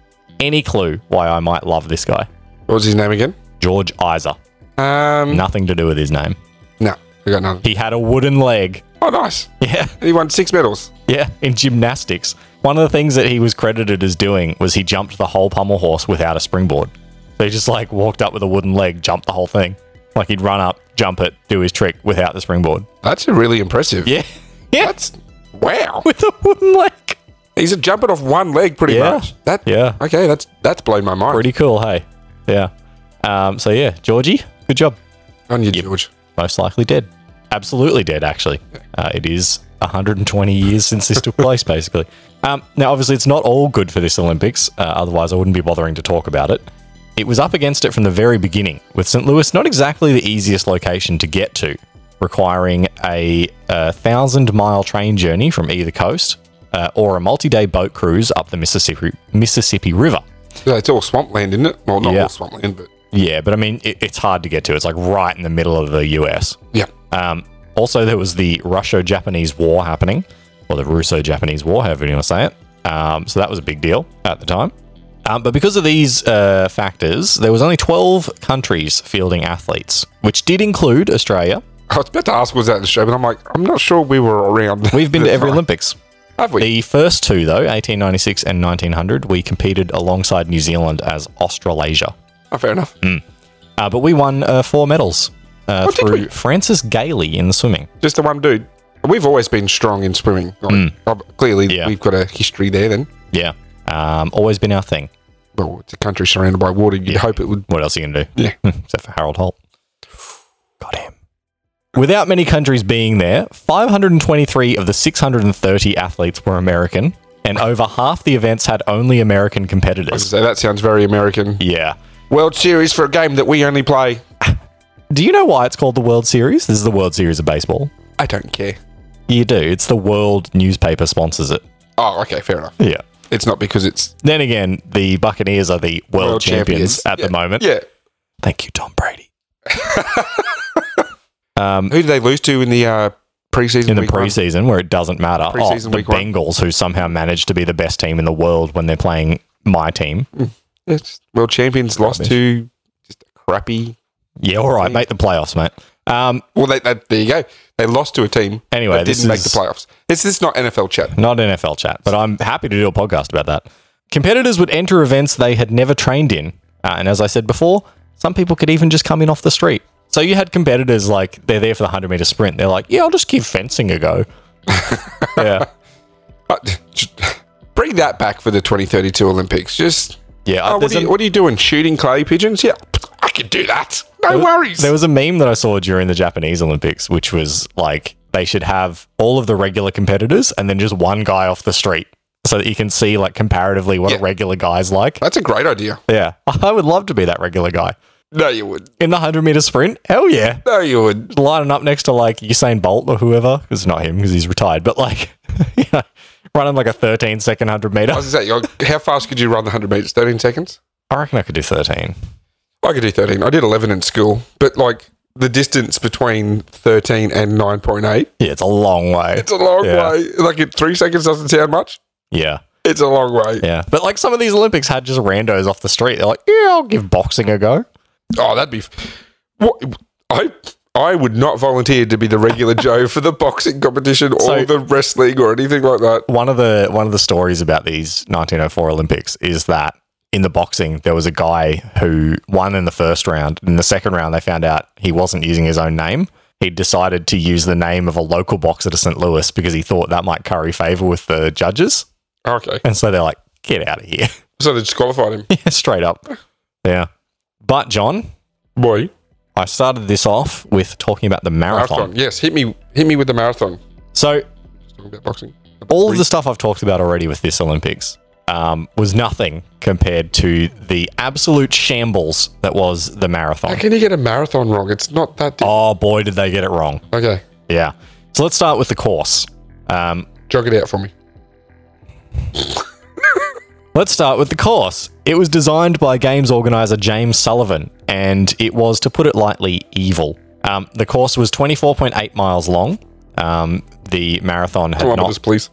Speaker 1: Any clue why I might love this guy?
Speaker 2: What was his name again?
Speaker 1: George Isa.
Speaker 2: Um,
Speaker 1: Nothing to do with his name.
Speaker 2: no, I got none.
Speaker 1: He had a wooden leg.
Speaker 2: Oh, nice.
Speaker 1: Yeah.
Speaker 2: He won six medals.
Speaker 1: Yeah, in gymnastics. One of the things that he was credited as doing was he jumped the whole pommel horse without a springboard. So he just like walked up with a wooden leg, jumped the whole thing. Like he'd run up, jump it, do his trick without the springboard.
Speaker 2: That's really impressive.
Speaker 1: Yeah. Yeah.
Speaker 2: That's wow.
Speaker 1: with a wooden leg.
Speaker 2: He's a jumping off one leg pretty
Speaker 1: Yeah.
Speaker 2: much. That
Speaker 1: Yeah.
Speaker 2: Okay, that's that's blown my mind.
Speaker 1: Pretty cool, hey? Yeah. Um, so yeah, Georgie, good job.
Speaker 2: On you, George.
Speaker 1: Most likely dead. Absolutely dead, actually. Uh, it is 120 years since this took place, basically. Um, now, obviously, it's not all good for this Olympics, uh, otherwise, I wouldn't be bothering to talk about it. It was up against it from the very beginning, with St. Louis not exactly the easiest location to get to, requiring a, uh thousand mile train journey from either coast uh, or a multi day boat cruise up the Mississippi, Mississippi River.
Speaker 2: Yeah, it's all swampland, isn't it? Well, not
Speaker 1: Yeah.
Speaker 2: all swampland, but
Speaker 1: Yeah, but I mean, it, it's hard to get to. It's like right in the middle of the US.
Speaker 2: yeah.
Speaker 1: Um, also, there was the Russo Japanese War happening, or the Russo Japanese War, however you want to say it. Um, so that was a big deal at the time. Um, but because of these uh, factors, there was only 12 countries fielding athletes, which did include Australia.
Speaker 2: I was about to ask was that the show, but I'm like, I'm not sure we were around.
Speaker 1: We've been
Speaker 2: the
Speaker 1: to every
Speaker 2: time.
Speaker 1: Olympics.
Speaker 2: have we?
Speaker 1: The first two, though, 1896 and 1900, we competed alongside New Zealand as Australasia.
Speaker 2: Oh, fair enough.
Speaker 1: Uh, but we won uh, four medals uh,
Speaker 2: Oh, did
Speaker 1: through
Speaker 2: we?
Speaker 1: Francis Gailey in the swimming.
Speaker 2: Just the one dude. We've always been strong in swimming. Like, ob- Clearly,
Speaker 1: Mm. Yeah.
Speaker 2: we've got a history there. Then,
Speaker 1: Yeah. Um, always been our thing.
Speaker 2: well, it's a country surrounded by water. You'd hope it would.
Speaker 1: What else are you going to do?
Speaker 2: Yeah.
Speaker 1: except for Harold Holt. Got him. Without many countries being there, 523 of the 630 athletes were American, and over half the events had only American competitors.
Speaker 2: So that sounds very American.
Speaker 1: Yeah.
Speaker 2: World Series for a game that we only play.
Speaker 1: Do you know why it's called the World Series? This is the World Series of Baseball.
Speaker 2: I don't care.
Speaker 1: You do. It's the World newspaper sponsors it.
Speaker 2: Oh, okay, fair enough.
Speaker 1: Yeah.
Speaker 2: It's not because it's
Speaker 1: Then again, the Buccaneers are the world,
Speaker 2: world
Speaker 1: champions,
Speaker 2: champions,
Speaker 1: at
Speaker 2: Yeah,
Speaker 1: the moment.
Speaker 2: Yeah.
Speaker 1: Thank you, Tom Brady.
Speaker 2: Who did they lose to in the uh, preseason?
Speaker 1: um, In the
Speaker 2: week one?
Speaker 1: preseason, where it doesn't matter, oh,
Speaker 2: Preseason
Speaker 1: the
Speaker 2: week one.
Speaker 1: Bengals, who somehow managed to be the best team in the world when they're playing my team,
Speaker 2: Yeah, just world champions lost to just a crappy.
Speaker 1: Yeah, all
Speaker 2: Mm.
Speaker 1: right. Make the playoffs, mate. Um,
Speaker 2: Well, they, they, there you go. They lost to a team.
Speaker 1: Anyway,
Speaker 2: that
Speaker 1: this
Speaker 2: didn't make the
Speaker 1: is-
Speaker 2: playoffs. This, this is not NFL chat.
Speaker 1: not NFL chat, but I'm happy to do a podcast about that. Competitors would enter events they had never trained in. Uh, and as I said before, some people could even just come in off the street. So you had competitors like they're there for the 100 meter sprint. They're like, yeah, I'll just give fencing a go. yeah.
Speaker 2: Uh, just bring that back for the 2032 Olympics. Just
Speaker 1: Yeah.
Speaker 2: oh, what,
Speaker 1: there's
Speaker 2: are you,
Speaker 1: a-
Speaker 2: what are you doing? Shooting clay pigeons? Yeah, I can do that. No worries.
Speaker 1: There was a meme that I saw during the Japanese Olympics, which was like they should have all of the regular competitors and then just one guy off the street so that you can see like comparatively what a
Speaker 2: Yeah.
Speaker 1: regular guy's like.
Speaker 2: That's a great idea.
Speaker 1: Yeah. I would love to be that regular guy.
Speaker 2: No, you would.
Speaker 1: in the 100 meter sprint. Hell yeah.
Speaker 2: No, you would.
Speaker 1: Lining up next to like Usain Bolt or whoever. It's not him because he's retired, but like, you know, running like a 13 second 100 meter.
Speaker 2: I was gonna say, you're- how fast could you run the 100 meters? 13 seconds?
Speaker 1: I reckon I could do 13.
Speaker 2: I could do 13. I did 11 in school, but like the distance between 13 and 9.8,
Speaker 1: Yeah, it's a long way.
Speaker 2: it's a long
Speaker 1: Yeah.
Speaker 2: way. Like it, three seconds doesn't sound much.
Speaker 1: Yeah.
Speaker 2: It's a long way.
Speaker 1: Yeah. But like some of these Olympics had just randos off the street. They're like, yeah, I'll give boxing a go.
Speaker 2: Oh, that'd be. What, I I would not volunteer to be the regular Joe for the boxing competition or
Speaker 1: So-
Speaker 2: the wrestling or anything like that.
Speaker 1: One of the one of the stories about these 1904 Olympics is that in the boxing there was a guy who won in the first round. In the second round they found out he wasn't using his own name. He decided to use the name of a local boxer to St. Louis because he thought that might curry favor with the judges.
Speaker 2: Okay,
Speaker 1: And so they're like, "Get out of here."
Speaker 2: so they disqualified him.
Speaker 1: Straight up. Yeah. But John,
Speaker 2: Boy,
Speaker 1: I started this off with talking about the marathon.
Speaker 2: marathon. Yes, hit me, hit me with the marathon.
Speaker 1: So
Speaker 2: Talking about boxing.
Speaker 1: all of the stuff I've talked about already with this Olympics um, was nothing compared to the absolute shambles that was the
Speaker 2: How
Speaker 1: marathon.
Speaker 2: can you get a marathon wrong? It's not that. Diff-
Speaker 1: Oh boy, did they get it wrong.
Speaker 2: Okay,
Speaker 1: Yeah. So let's start with the course. Um,
Speaker 2: jog it out for me.
Speaker 1: Let's start with the course. It was designed by games organizer James Sullivan, and it was, to put it lightly, evil. Um, the course was 24.8 miles long. Um, the marathon had
Speaker 2: Kilometers,
Speaker 1: not.
Speaker 2: please.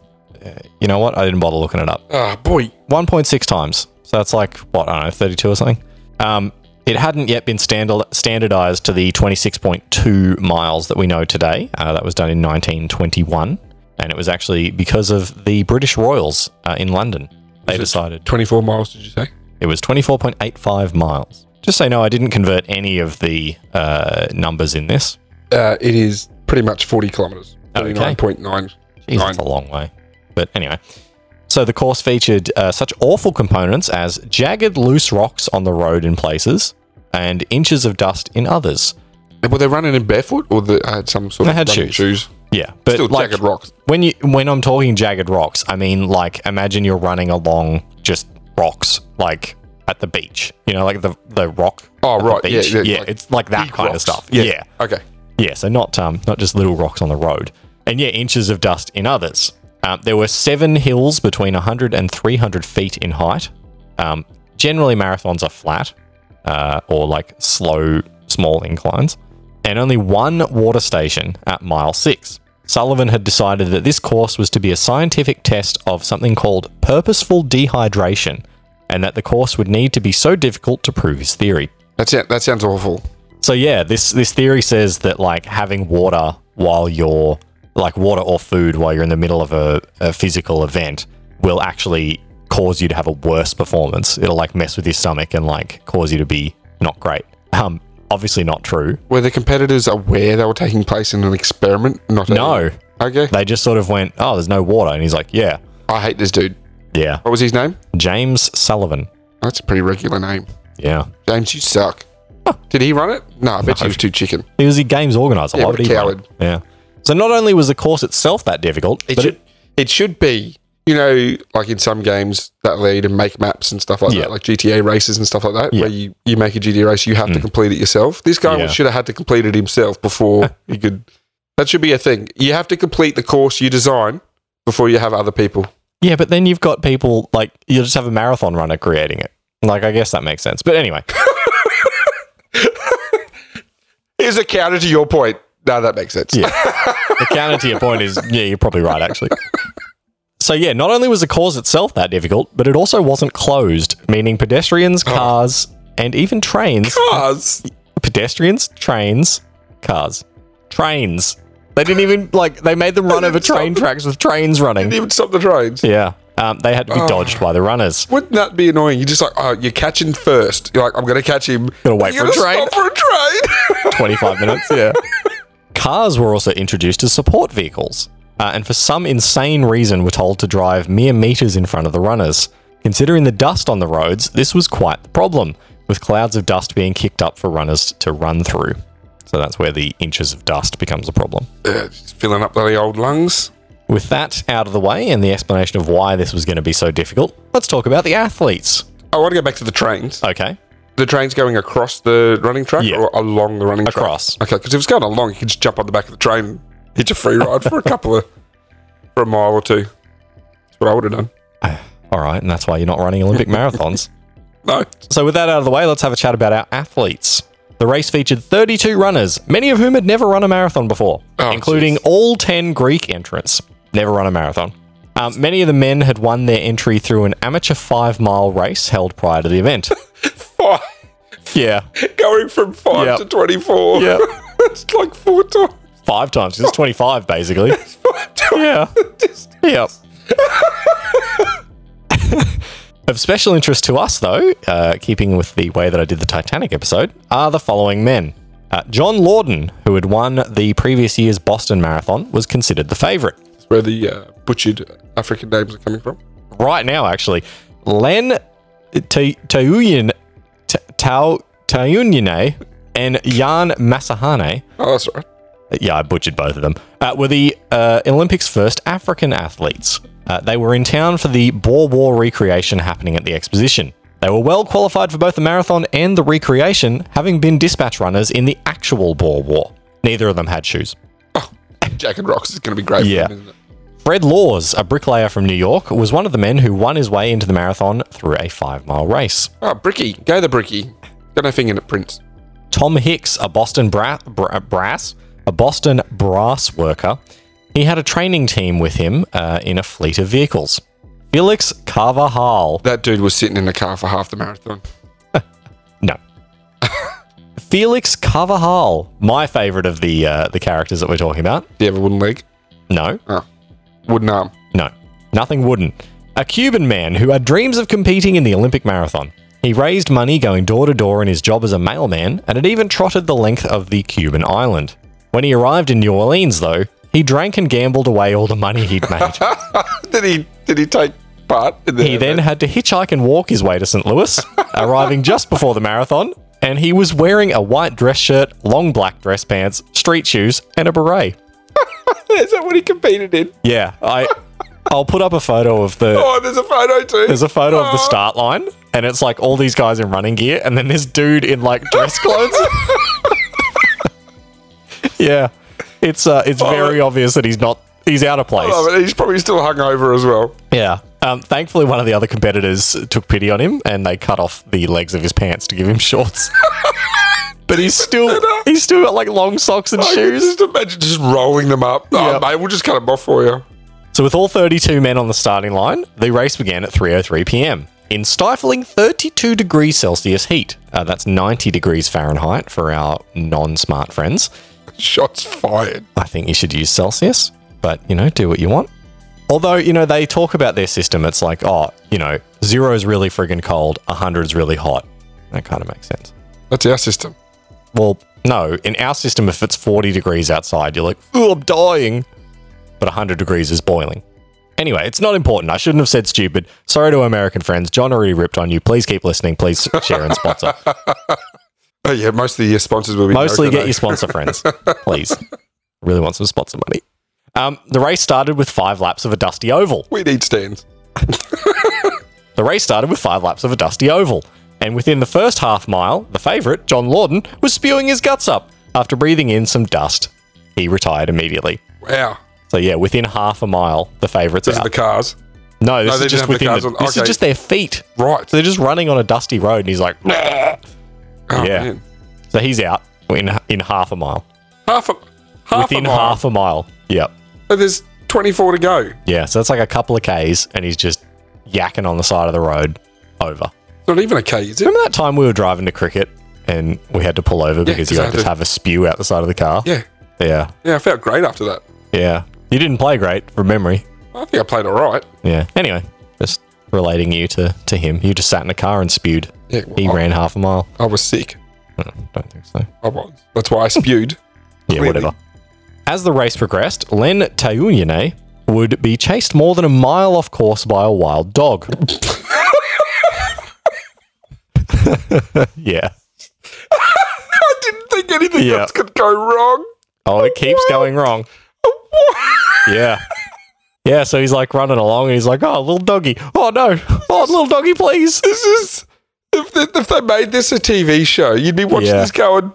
Speaker 1: You know what? I didn't bother looking it up.
Speaker 2: Ah, boy.
Speaker 1: 1.6 times. So that's like, what, I don't know, 32 or something? Um, it hadn't yet been standard- standardized to the 26.2 miles that we know today. Uh, that was done in 1921. And it was actually because of the British Royals uh, in London. They decided.
Speaker 2: 24 miles, did you say?
Speaker 1: It was 24.85 miles. Just so you know, I didn't convert any of the uh, numbers in this.
Speaker 2: Uh, it is pretty much 40 kilometers.
Speaker 1: Oh, Okay.
Speaker 2: 39.9.
Speaker 1: Jeez, that's a long way. But anyway. So the course featured uh, such awful components as jagged, loose rocks on the road in places and inches of dust in others.
Speaker 2: Were they running in barefoot or they had some sort
Speaker 1: They
Speaker 2: of
Speaker 1: had
Speaker 2: running
Speaker 1: shoes.
Speaker 2: shoes?
Speaker 1: Yeah, but
Speaker 2: Still
Speaker 1: like
Speaker 2: jagged rocks.
Speaker 1: when you when I'm talking jagged rocks, I mean like imagine you're running along just rocks like at the beach, you know, like the the rock.
Speaker 2: Oh,
Speaker 1: at the
Speaker 2: right, yeah,
Speaker 1: beach.
Speaker 2: yeah,
Speaker 1: yeah.
Speaker 2: like
Speaker 1: it's like that
Speaker 2: big
Speaker 1: kind of
Speaker 2: rocks.
Speaker 1: stuff. yeah.
Speaker 2: Okay.
Speaker 1: Yeah, so not um, not just little rocks on the road, and yeah, inches of dust in others. Um, there were seven hills between 100 and 300 feet in height. Um, generally, marathons are flat uh, or like slow, small inclines, and only one water station at mile six. Sullivan had decided that this course was to be a scientific test of something called purposeful dehydration, and that the course would need to be so difficult to prove his theory.
Speaker 2: That's it. That sounds awful.
Speaker 1: So yeah, this this theory says that like having water while you're like water or food while you're in the middle of a, a physical event will actually cause you to have a worse performance. It'll like mess with your stomach and like cause you to be not great. Um, obviously not true.
Speaker 2: Were the competitors aware they were taking place in an experiment? Not a-
Speaker 1: No,
Speaker 2: Okay.
Speaker 1: they just sort of went, oh, there's no water, and he's like, yeah,
Speaker 2: I hate this dude.
Speaker 1: yeah.
Speaker 2: What was his name?
Speaker 1: James Sullivan,
Speaker 2: That's a pretty regular name.
Speaker 1: yeah.
Speaker 2: James, you suck. Did he run it? No, I bet he was too chicken.
Speaker 1: He was the games organizer. Why
Speaker 2: what
Speaker 1: would
Speaker 2: a
Speaker 1: he run it?
Speaker 2: coward.
Speaker 1: Yeah. So not only was the course itself that difficult,
Speaker 2: It
Speaker 1: but
Speaker 2: should.
Speaker 1: it,
Speaker 2: It should be. You know, like in some games that lead and make maps and stuff like
Speaker 1: Yeah.
Speaker 2: that, like GTA races and stuff like that, where you, you make a GTA race, you have to complete it yourself. This guy
Speaker 1: Mm. Yeah.
Speaker 2: should have had to complete it himself before he could. That should be a thing. You have to complete the course you design before you have other people.
Speaker 1: Yeah, but then you've got people like you'll just have a marathon runner creating it. Like I guess that makes sense. But anyway,
Speaker 2: Here's a counter to your point. No, that makes sense.
Speaker 1: Yeah. the counter to your point is yeah, you're probably right actually. So yeah, not only was the course itself that difficult, but it also wasn't closed, meaning pedestrians, cars, and even trains.
Speaker 2: Cars.
Speaker 1: Pedestrians, trains, cars, trains. They didn't even like they made them run over train tracks with trains running.
Speaker 2: Even stop the trains.
Speaker 1: Yeah, um, they had to be dodged by the runners.
Speaker 2: Wouldn't that be annoying? You're just like, oh, you're catching first. You're like, I'm going to catch him.
Speaker 1: Gotta wait
Speaker 2: You're
Speaker 1: for a
Speaker 2: gonna
Speaker 1: train.
Speaker 2: Stop for a train.
Speaker 1: 25 minutes. Yeah. Cars were also introduced as support vehicles, uh, and for some insane reason were told to drive mere meters in front of the runners. Considering the dust on the roads, this was quite the problem, with clouds of dust being kicked up for runners to run through. So that's where the inches of dust becomes a problem.
Speaker 2: Yeah, just filling up bloody old lungs.
Speaker 1: With that out of the way and the explanation of why this was going to be so difficult, let's talk about the athletes.
Speaker 2: I want to go back to the trains.
Speaker 1: Okay.
Speaker 2: The train's going across the running track
Speaker 1: Yeah.
Speaker 2: or along the running
Speaker 1: Across.
Speaker 2: track? Okay, because if it's going along, you can just jump on the back of the train and hitch a free ride for a couple of, for a mile or two. That's what I would have done.
Speaker 1: All right, and that's why you're not running Olympic marathons.
Speaker 2: No.
Speaker 1: So, with that out of the way, let's have a chat about our athletes. The race featured 32 runners, many of whom had never run a marathon before,
Speaker 2: Oh,
Speaker 1: including all 10 Greek entrants. Never run a marathon. Um, many of the men had won their entry through an amateur five mile race held prior to the event.
Speaker 2: Five.
Speaker 1: yeah.
Speaker 2: Going from five
Speaker 1: Yep.
Speaker 2: to 24.
Speaker 1: Yep.
Speaker 2: it's like four times.
Speaker 1: Five times. It's 25, basically.
Speaker 2: Five times.
Speaker 1: Yeah.
Speaker 2: Just-
Speaker 1: Yep. of special interest to us, though, uh, keeping with the way that I did the Titanic episode, are the following men. Uh, John Lawden, who had won the previous year's Boston Marathon, was considered the favourite.
Speaker 2: That's where the uh, butchered African names are coming from.
Speaker 1: Right now, actually, Len Te- Teunian, Te- Tau Teunine and Jan Masahane
Speaker 2: Oh, that's all right.
Speaker 1: yeah, I butchered both of them, uh, were the uh, Olympics' first African athletes. Uh, they were in town for the Boer War recreation happening at the exposition. They were well qualified for both the marathon and the recreation, having been dispatch runners in the actual Boer War. Neither of them had shoes.
Speaker 2: Jack and Rocks is going to be great
Speaker 1: Yeah.
Speaker 2: for him, isn't it?
Speaker 1: Fred Laws, a bricklayer from New York, was one of the men who won his way into the marathon through a five mile race.
Speaker 2: Oh, Bricky. Go the Bricky. Got no finger in it, Prince.
Speaker 1: Tom Hicks, a Boston bra- bra- brass, a Boston brass worker, he had a training team with him uh, in a fleet of vehicles. Felix Carvajal,
Speaker 2: That dude was sitting in the car for half the marathon.
Speaker 1: no, Felix Carvajal, my favorite of the uh, the characters that we're talking about.
Speaker 2: Do you have a wooden leg?
Speaker 1: No,
Speaker 2: Oh. Wooden arm.
Speaker 1: No, nothing wooden. A Cuban man who had dreams of competing in the Olympic marathon. He raised money going door to door in his job as a mailman and had even trotted the length of the Cuban island. When he arrived in New Orleans, though, he drank and gambled away all the money he'd made.
Speaker 2: did he did he take part in the
Speaker 1: he then had to hitchhike and walk his way to St. Louis, arriving just before the marathon, and he was wearing a white dress shirt, long black dress pants, street shoes, and a beret.
Speaker 2: Is that what he competed in?
Speaker 1: Yeah, I I'll put up a photo of the
Speaker 2: Oh, there's a photo too.
Speaker 1: There's a photo of the
Speaker 2: Oh.
Speaker 1: start line, and it's like all these guys in running gear, and then this dude in like dress clothes. yeah, it's uh, it's very obvious that he's not he's out of place.
Speaker 2: Oh, but he's probably still hungover as well.
Speaker 1: Yeah. Um, thankfully, one of the other competitors took pity on him, and they cut off the legs of his pants to give him shorts. but he's still he's still got like long socks and
Speaker 2: I can
Speaker 1: shoes.
Speaker 2: just imagine just rolling them up. Oh,
Speaker 1: Yep.
Speaker 2: mate, we'll just cut them off for you.
Speaker 1: So with all 32 men on the starting line, the race began at 3:03 p.m. in stifling 32 degrees Celsius heat. Uh, that's 90 degrees Fahrenheit for our non-smart friends.
Speaker 2: Shots fired.
Speaker 1: I think you should use Celsius, but you know, do what you want. Although, you know, they talk about their system, it's like, oh, you know, zero is really friggin' cold, 100 is really hot. That kind of makes sense.
Speaker 2: That's our system.
Speaker 1: Well, no, in our system, if it's 40 degrees outside, you're like, ooh, I'm dying. But 100 degrees is boiling. Anyway, it's not important. I shouldn't have said stupid. Sorry to American friends. John already ripped on you. Please keep listening. Please share and sponsor.
Speaker 2: Oh yeah, most of the sponsors will be
Speaker 1: Mostly
Speaker 2: American,
Speaker 1: get your sponsor friends, please. Really want some sponsor money. Um, the race started with five laps of a dusty oval.
Speaker 2: though. We need stands.
Speaker 1: The race started with five laps of a dusty oval, and within the first half mile, the favourite, John Lawden, was spewing his guts up. After breathing in some dust, he retired immediately.
Speaker 2: Wow.
Speaker 1: So yeah, within half a mile, the favourites
Speaker 2: Those
Speaker 1: out.
Speaker 2: are the cars.
Speaker 1: no, this
Speaker 2: No, they
Speaker 1: is
Speaker 2: didn't
Speaker 1: just
Speaker 2: have the
Speaker 1: within. The
Speaker 2: cars on-
Speaker 1: This is
Speaker 2: okay.
Speaker 1: just their feet.
Speaker 2: Right.
Speaker 1: So they're just running on a dusty road, and he's like, "Bleh."
Speaker 2: Oh,
Speaker 1: yeah.
Speaker 2: man.
Speaker 1: so he's out in in half a mile.
Speaker 2: Half a half
Speaker 1: within
Speaker 2: a mile.
Speaker 1: half a mile. Yep.
Speaker 2: But there's 24 to go.
Speaker 1: Yeah. So that's like a couple of k's, and he's just yakking on the side of the road. Over.
Speaker 2: Not even a K, is it?
Speaker 1: Remember that time we were driving to cricket and we had to pull over because you had to
Speaker 2: exactly.
Speaker 1: have a spew out the side of the car?
Speaker 2: Yeah.
Speaker 1: Yeah.
Speaker 2: Yeah, I felt great after that.
Speaker 1: Yeah. You didn't play great from memory.
Speaker 2: I think I played all right.
Speaker 1: Yeah. Anyway, just relating you to, to him. You just sat in a car and spewed.
Speaker 2: Yeah, well,
Speaker 1: he
Speaker 2: I-
Speaker 1: ran half a mile.
Speaker 2: I was sick.
Speaker 1: No, don't think so.
Speaker 2: I was. That's why I spewed.
Speaker 1: Yeah,
Speaker 2: Really?
Speaker 1: whatever. As the race progressed, Len Tauyane would be chased more than a mile off course by a wild dog. yeah.
Speaker 2: I didn't think anything
Speaker 1: Yeah.
Speaker 2: else could go wrong.
Speaker 1: Oh, it keeps going wrong. Yeah. Yeah, so he's like running along and he's like, oh, little doggy. Oh, no. Oh, little doggy, please.
Speaker 2: This is. If they, if they made this a TV show, you'd be watching
Speaker 1: Yeah.
Speaker 2: this going,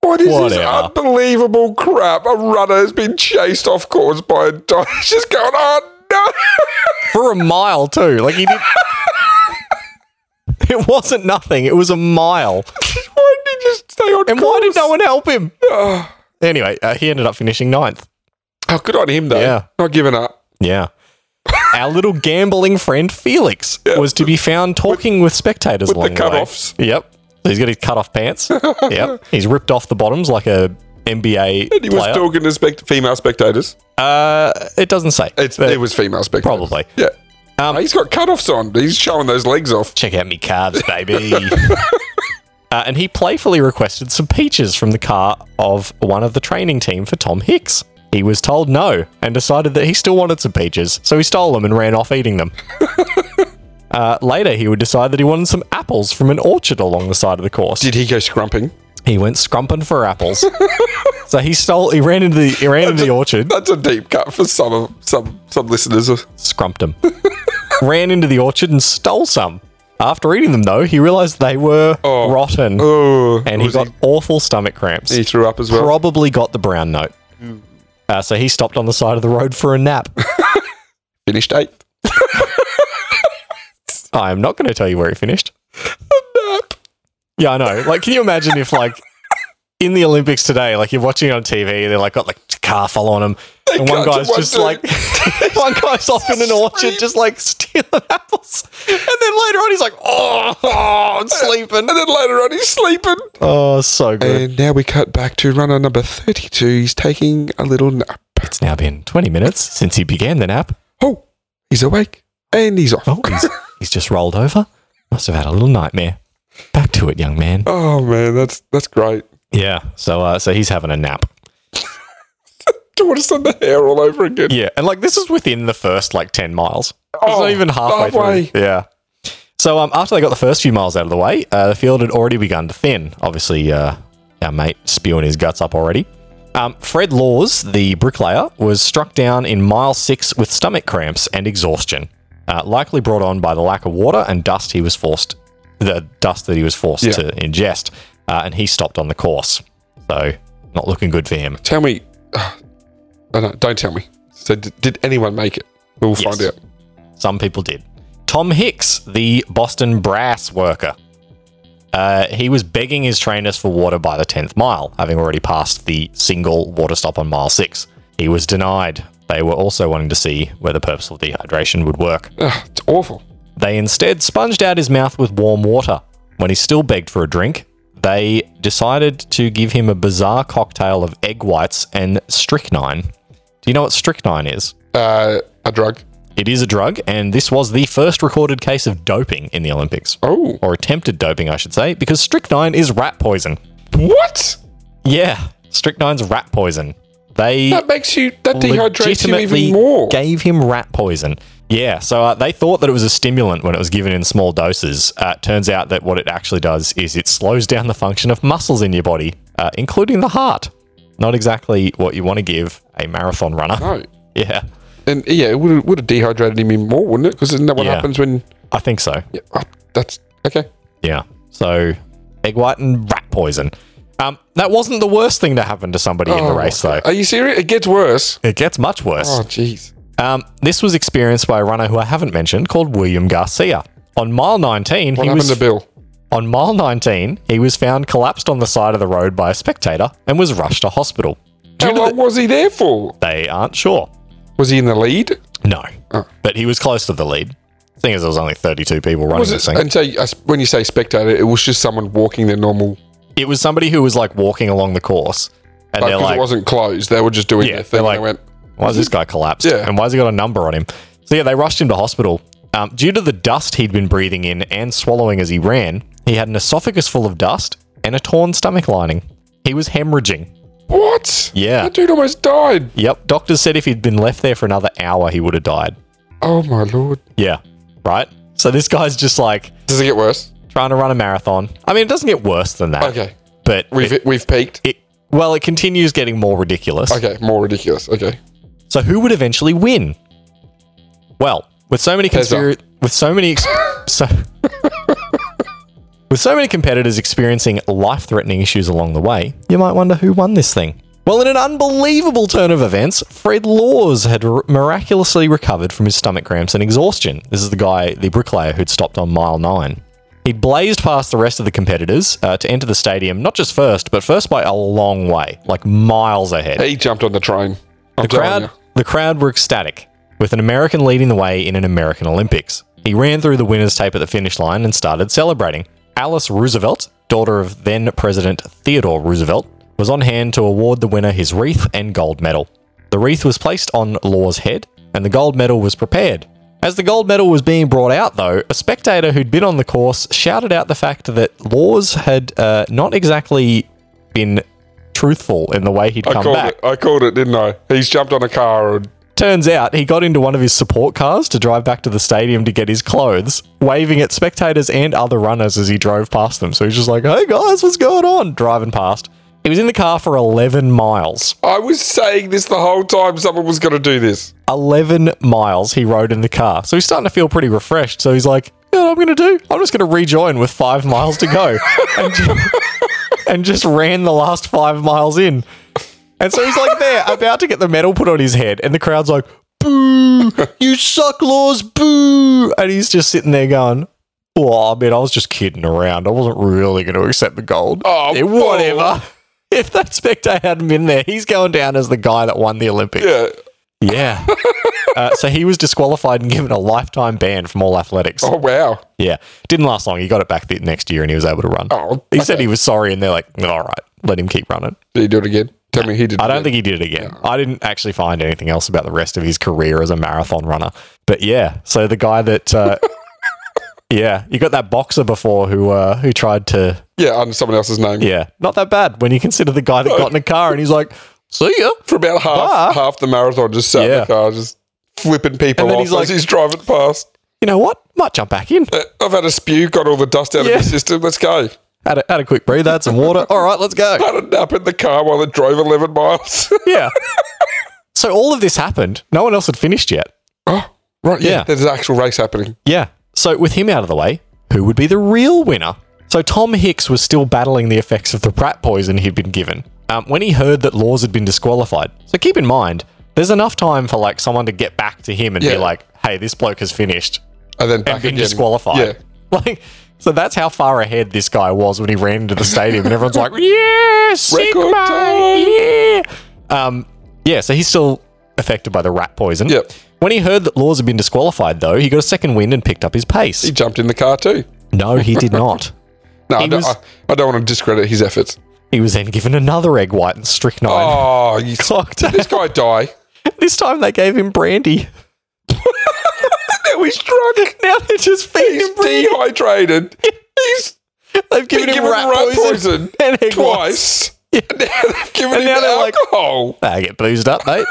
Speaker 2: what is this
Speaker 1: Whatever.
Speaker 2: unbelievable crap? A runner has been chased off course by a dog. He's just going, oh no.
Speaker 1: For a mile, too. Like, he did. it wasn't nothing. It was a mile.
Speaker 2: why didn't he just stay on
Speaker 1: And
Speaker 2: course?
Speaker 1: why did no one help him?
Speaker 2: Oh,
Speaker 1: Anyway, uh, he ended up finishing ninth.
Speaker 2: oh, good on him, though.
Speaker 1: Yeah.
Speaker 2: Not giving up.
Speaker 1: Yeah. Our little gambling friend Felix was to be found talking with, spectators
Speaker 2: with the
Speaker 1: along way.
Speaker 2: cutoffs.
Speaker 1: Yep. So he's got his cut off pants. yep. He's ripped off the bottoms like a NBA
Speaker 2: He was
Speaker 1: player.
Speaker 2: talking to spect- female spectators.
Speaker 1: uh, it doesn't say.
Speaker 2: It's,
Speaker 1: But
Speaker 2: it was female spectators.
Speaker 1: probably.
Speaker 2: Yeah.
Speaker 1: Um,
Speaker 2: he's got cutoffs on. He's showing those legs off.
Speaker 1: Check out me calves, baby. uh, and he playfully requested some peaches from the car of one of the training team for Tom Hicks. He was told no and decided that he still wanted some peaches, so he stole them and ran off eating them. uh, later, he would decide that he wanted some apples from an orchard along the side of the course.
Speaker 2: Did he go scrumping?
Speaker 1: He went scrumping for apples. so he stole. He ran into the he ran into the orchard,
Speaker 2: That's a deep cut for some of some some listeners.
Speaker 1: scrumped them, ran into the orchard and stole some. After eating them though, he realized they were
Speaker 2: Oh.
Speaker 1: rotten,
Speaker 2: Oh,
Speaker 1: and he
Speaker 2: was
Speaker 1: got awful stomach cramps.
Speaker 2: he threw up as well.
Speaker 1: Probably got the brown note. Uh, so he stopped on the side of the road for a nap.
Speaker 2: Finished eighth.
Speaker 1: I am not going to tell you where he finished. Yeah, I know. Like, can you imagine if, like, in the Olympics today, like you're watching it on TV, they're like got like a car following them, and one
Speaker 2: cut to
Speaker 1: guy's
Speaker 2: one
Speaker 1: just
Speaker 2: dude.
Speaker 1: like, one guy's off in an orchard, just like stealing apples, and then later on he's like, oh, oh I'm sleeping.
Speaker 2: And then later on, he's sleeping.
Speaker 1: Oh, so good.
Speaker 2: And now we cut back to runner number 32. He's taking a little nap.
Speaker 1: It's now been 20 minutes since he began the nap.
Speaker 2: Oh, he's awake and he's off.
Speaker 1: Oh, he's, he's just rolled over. Must have had a little nightmare. Back to it, young man.
Speaker 2: Oh man, that's that's great.
Speaker 1: Yeah. So, uh, so he's having a nap.
Speaker 2: Do you want to send the hair all over again?
Speaker 1: Yeah, and like this is within the first like ten miles. it's
Speaker 2: Oh,
Speaker 1: not even halfway,
Speaker 2: halfway.
Speaker 1: through. Yeah. So um, after they got the first few miles out of the way, uh, the field had already begun to thin. Obviously, uh, our mate spewing his guts up already. Um, Fred Laws, the bricklayer, was struck down in mile six with stomach cramps and exhaustion, uh, likely brought on by the lack of water and dust he was forced, the dust that he was forced
Speaker 2: Yeah.
Speaker 1: to ingest, uh, and he stopped on the course. So not looking good for him.
Speaker 2: Tell me. Oh, no, don't tell me. So, d- did anyone make it? We'll find out.
Speaker 1: Some people did. Tom Hicks, the Boston brass worker, uh, he was begging his trainers for water by the 10th mile, having already passed the single water stop on mile six. He was denied. They were also wanting to see where the purposeful dehydration would work.
Speaker 2: Ugh, Ah, it's awful.
Speaker 1: They instead sponged out his mouth with warm water. When he still begged for a drink, they decided to give him a bizarre cocktail of egg whites and strychnine. Do you know what strychnine is?
Speaker 2: Uh, a drug.
Speaker 1: It is a drug, and this was the first recorded case of doping in the Olympics,
Speaker 2: Oh,
Speaker 1: or attempted doping, I should say, because strychnine is rat poison.
Speaker 2: what?
Speaker 1: Yeah, strychnine's rat poison. They
Speaker 2: That makes you. That dehydrates you
Speaker 1: legitimately
Speaker 2: even more.
Speaker 1: gave him rat poison. Yeah, so uh, they thought that it was a stimulant when it was given in small doses. Uh, it turns out that what it actually does is it slows down the function of muscles in your body, uh, including the heart. Not exactly what you want to give a marathon runner.
Speaker 2: no.
Speaker 1: Yeah,
Speaker 2: And yeah, it would would have dehydrated him even more, wouldn't it? Because isn't that what
Speaker 1: Yeah.
Speaker 2: happens when?
Speaker 1: I think so.
Speaker 2: Yeah, oh, that's okay.
Speaker 1: Yeah. So egg white and rat poison. Um, that wasn't the worst thing to happen to somebody in the
Speaker 2: Oh,
Speaker 1: race, though.
Speaker 2: Are you serious? It gets worse.
Speaker 1: It gets much worse.
Speaker 2: Oh, jeez.
Speaker 1: Um, this was experienced by a runner who I haven't mentioned called William Garcia. On mile 19,
Speaker 2: What
Speaker 1: he was
Speaker 2: happened to Bill?
Speaker 1: on mile 19, he was found collapsed on the side of the road by a spectator and was rushed to hospital.
Speaker 2: How long was he there for?
Speaker 1: They aren't sure.
Speaker 2: Was he in the lead?
Speaker 1: No,
Speaker 2: Oh.
Speaker 1: but he was close to the lead. Thing is, there was only 32 people running
Speaker 2: Was
Speaker 1: this
Speaker 2: it?
Speaker 1: thing.
Speaker 2: And so, you- when you say spectator, it was just someone walking their normal.
Speaker 1: It was somebody who was like walking along the course, and they're
Speaker 2: Because
Speaker 1: like,
Speaker 2: it wasn't closed, they were just doing
Speaker 1: Yeah,
Speaker 2: their thing.
Speaker 1: they're
Speaker 2: and they
Speaker 1: like-
Speaker 2: went,
Speaker 1: Why has this guy collapsed?
Speaker 2: Yeah.
Speaker 1: And why's he got a number on him? So yeah, they rushed him to hospital. Um, due to the dust he'd been breathing in and swallowing as he ran, he had an esophagus full of dust and a torn stomach lining. He was hemorrhaging.
Speaker 2: "What?
Speaker 1: Yeah.
Speaker 2: that dude almost died."
Speaker 1: Yep. Doctors said if he'd been left there for another hour, he would have died.
Speaker 2: Oh my lord!
Speaker 1: Yeah. Right? So this guy's just like
Speaker 2: Does it get worse?
Speaker 1: trying to run a marathon. I mean, it doesn't get worse than that.
Speaker 2: Okay,
Speaker 1: But
Speaker 2: we've
Speaker 1: it,
Speaker 2: we've peaked.
Speaker 1: it, well, it continues getting more ridiculous.
Speaker 2: Okay, more ridiculous. Okay,
Speaker 1: So who would eventually win? Well, with so many
Speaker 2: Tesla.
Speaker 1: conspira- with so many ex- so with so many competitors experiencing life-threatening issues along the way, you might wonder who won this thing. Well, in an unbelievable turn of events, Fred Laws had r- miraculously recovered from his stomach cramps and exhaustion. This is the guy, the bricklayer, who'd stopped on mile nine. He blazed past the rest of the competitors uh, to enter the stadium, not just first, but first by a long way, like miles ahead.
Speaker 2: he jumped on the train. I'm
Speaker 1: The
Speaker 2: telling
Speaker 1: crowd, the crowd were ecstatic, with an American leading the way in an American Olympics. He ran through the winner's tape at the finish line and started celebrating. Alice Roosevelt, daughter of then President Theodore Roosevelt, was on hand to award the winner his wreath and gold medal. The wreath was placed on Law's head, and the gold medal was prepared. As the gold medal was being brought out, though, a spectator who'd been on the course shouted out the fact that Laws had uh, not exactly been truthful in the way he'd
Speaker 2: you. I
Speaker 1: come
Speaker 2: called
Speaker 1: back.
Speaker 2: it. I called it, didn't I? He's jumped on a car and
Speaker 1: Turns out he got into one of his support cars to drive back to the stadium to get his clothes, waving at spectators and other runners as he drove past them. So he's just like, hey guys, what's going on? Driving past. He was in the car for 11 miles.
Speaker 2: I was saying this the whole time someone was going to do this.
Speaker 1: 11 miles he rode in the car. So he's starting to feel pretty refreshed. So he's like, you know what I'm going to do? I'm just going to rejoin with five miles to go. and, ju- and just ran the last five miles in. And so he's like there, about to get the medal put on his head. And the crowd's like, boo, you suck, Laws, boo. And he's just sitting there going, oh, I mean, I was just kidding around. I wasn't really going to accept the gold.
Speaker 2: Oh,
Speaker 1: Yeah, whatever. If that spectator hadn't been there, he's going down as the guy that won the Olympics.
Speaker 2: Yeah.
Speaker 1: Yeah. uh, so he was disqualified and given a lifetime ban from all athletics.
Speaker 2: Oh, wow.
Speaker 1: Yeah. Didn't last long. He got it back the next year and he was able to run.
Speaker 2: Oh,
Speaker 1: he said he was sorry and they're like, all right, let him keep running.
Speaker 2: Did he do it again? Tell me he did.
Speaker 1: I don't think he did it again. I didn't actually find anything else about the rest of his career as a marathon runner. But yeah, so the guy that. Uh, Yeah, you got that boxer before who uh, who tried to
Speaker 2: Yeah, under someone else's name.
Speaker 1: yeah, not that bad when you consider the guy that got in a car and he's like, "See ya,"
Speaker 2: For about half
Speaker 1: Ah.
Speaker 2: half the marathon, just sat in
Speaker 1: Yeah.
Speaker 2: the car, just flipping people
Speaker 1: And then
Speaker 2: off
Speaker 1: he's
Speaker 2: as
Speaker 1: like-
Speaker 2: he's driving past.
Speaker 1: you know what? Might jump back in.
Speaker 2: Uh, I've had a spew, got all the dust out
Speaker 1: Yeah.
Speaker 2: of my system. Let's go.
Speaker 1: Had a, had a quick breather, had some water. All right, let's go.
Speaker 2: Had a nap in the car while it drove 11 miles.
Speaker 1: Yeah. so all of this happened. No one else had finished yet.
Speaker 2: oh, right. Yeah,
Speaker 1: Yeah.
Speaker 2: There's an actual race happening.
Speaker 1: Yeah. So with him out of the way, who would be the real winner? So Tom Hicks was still battling the effects of the rat poison he'd been given um, when he heard that Laws had been disqualified. So keep in mind, there's enough time for like someone to get back to him and
Speaker 2: Yeah.
Speaker 1: be like, "Hey, this bloke has finished
Speaker 2: And then back
Speaker 1: and been
Speaker 2: again.
Speaker 1: disqualified."
Speaker 2: Yeah.
Speaker 1: Like, so that's how far ahead this guy was when he ran into the stadium, and everyone's like, "Yeah,
Speaker 2: Record
Speaker 1: Sigma,
Speaker 2: time."
Speaker 1: yeah." Um, yeah. So he's still affected by the rat poison.
Speaker 2: Yep.
Speaker 1: When he heard that Laws had been disqualified, though, he got a second wind and picked up his pace.
Speaker 2: He jumped in the car too.
Speaker 1: No, he did not.
Speaker 2: No, I
Speaker 1: He
Speaker 2: don't,
Speaker 1: was-
Speaker 2: I, I don't want to discredit his efforts.
Speaker 1: He was then given another egg white and strychnine.
Speaker 2: Oh, you,
Speaker 1: Clocked.
Speaker 2: this guy die.
Speaker 1: this time they gave him brandy.
Speaker 2: Now he's drunk.
Speaker 1: Now they're just feeding him brandy.
Speaker 2: Dehydrated. He's
Speaker 1: They've given him
Speaker 2: given
Speaker 1: rat,
Speaker 2: rat
Speaker 1: poison,
Speaker 2: poison
Speaker 1: and egg whites.
Speaker 2: twice. And now they've given
Speaker 1: And
Speaker 2: him
Speaker 1: now they're like-
Speaker 2: alcohol.
Speaker 1: They Ah, get boozed up, mate.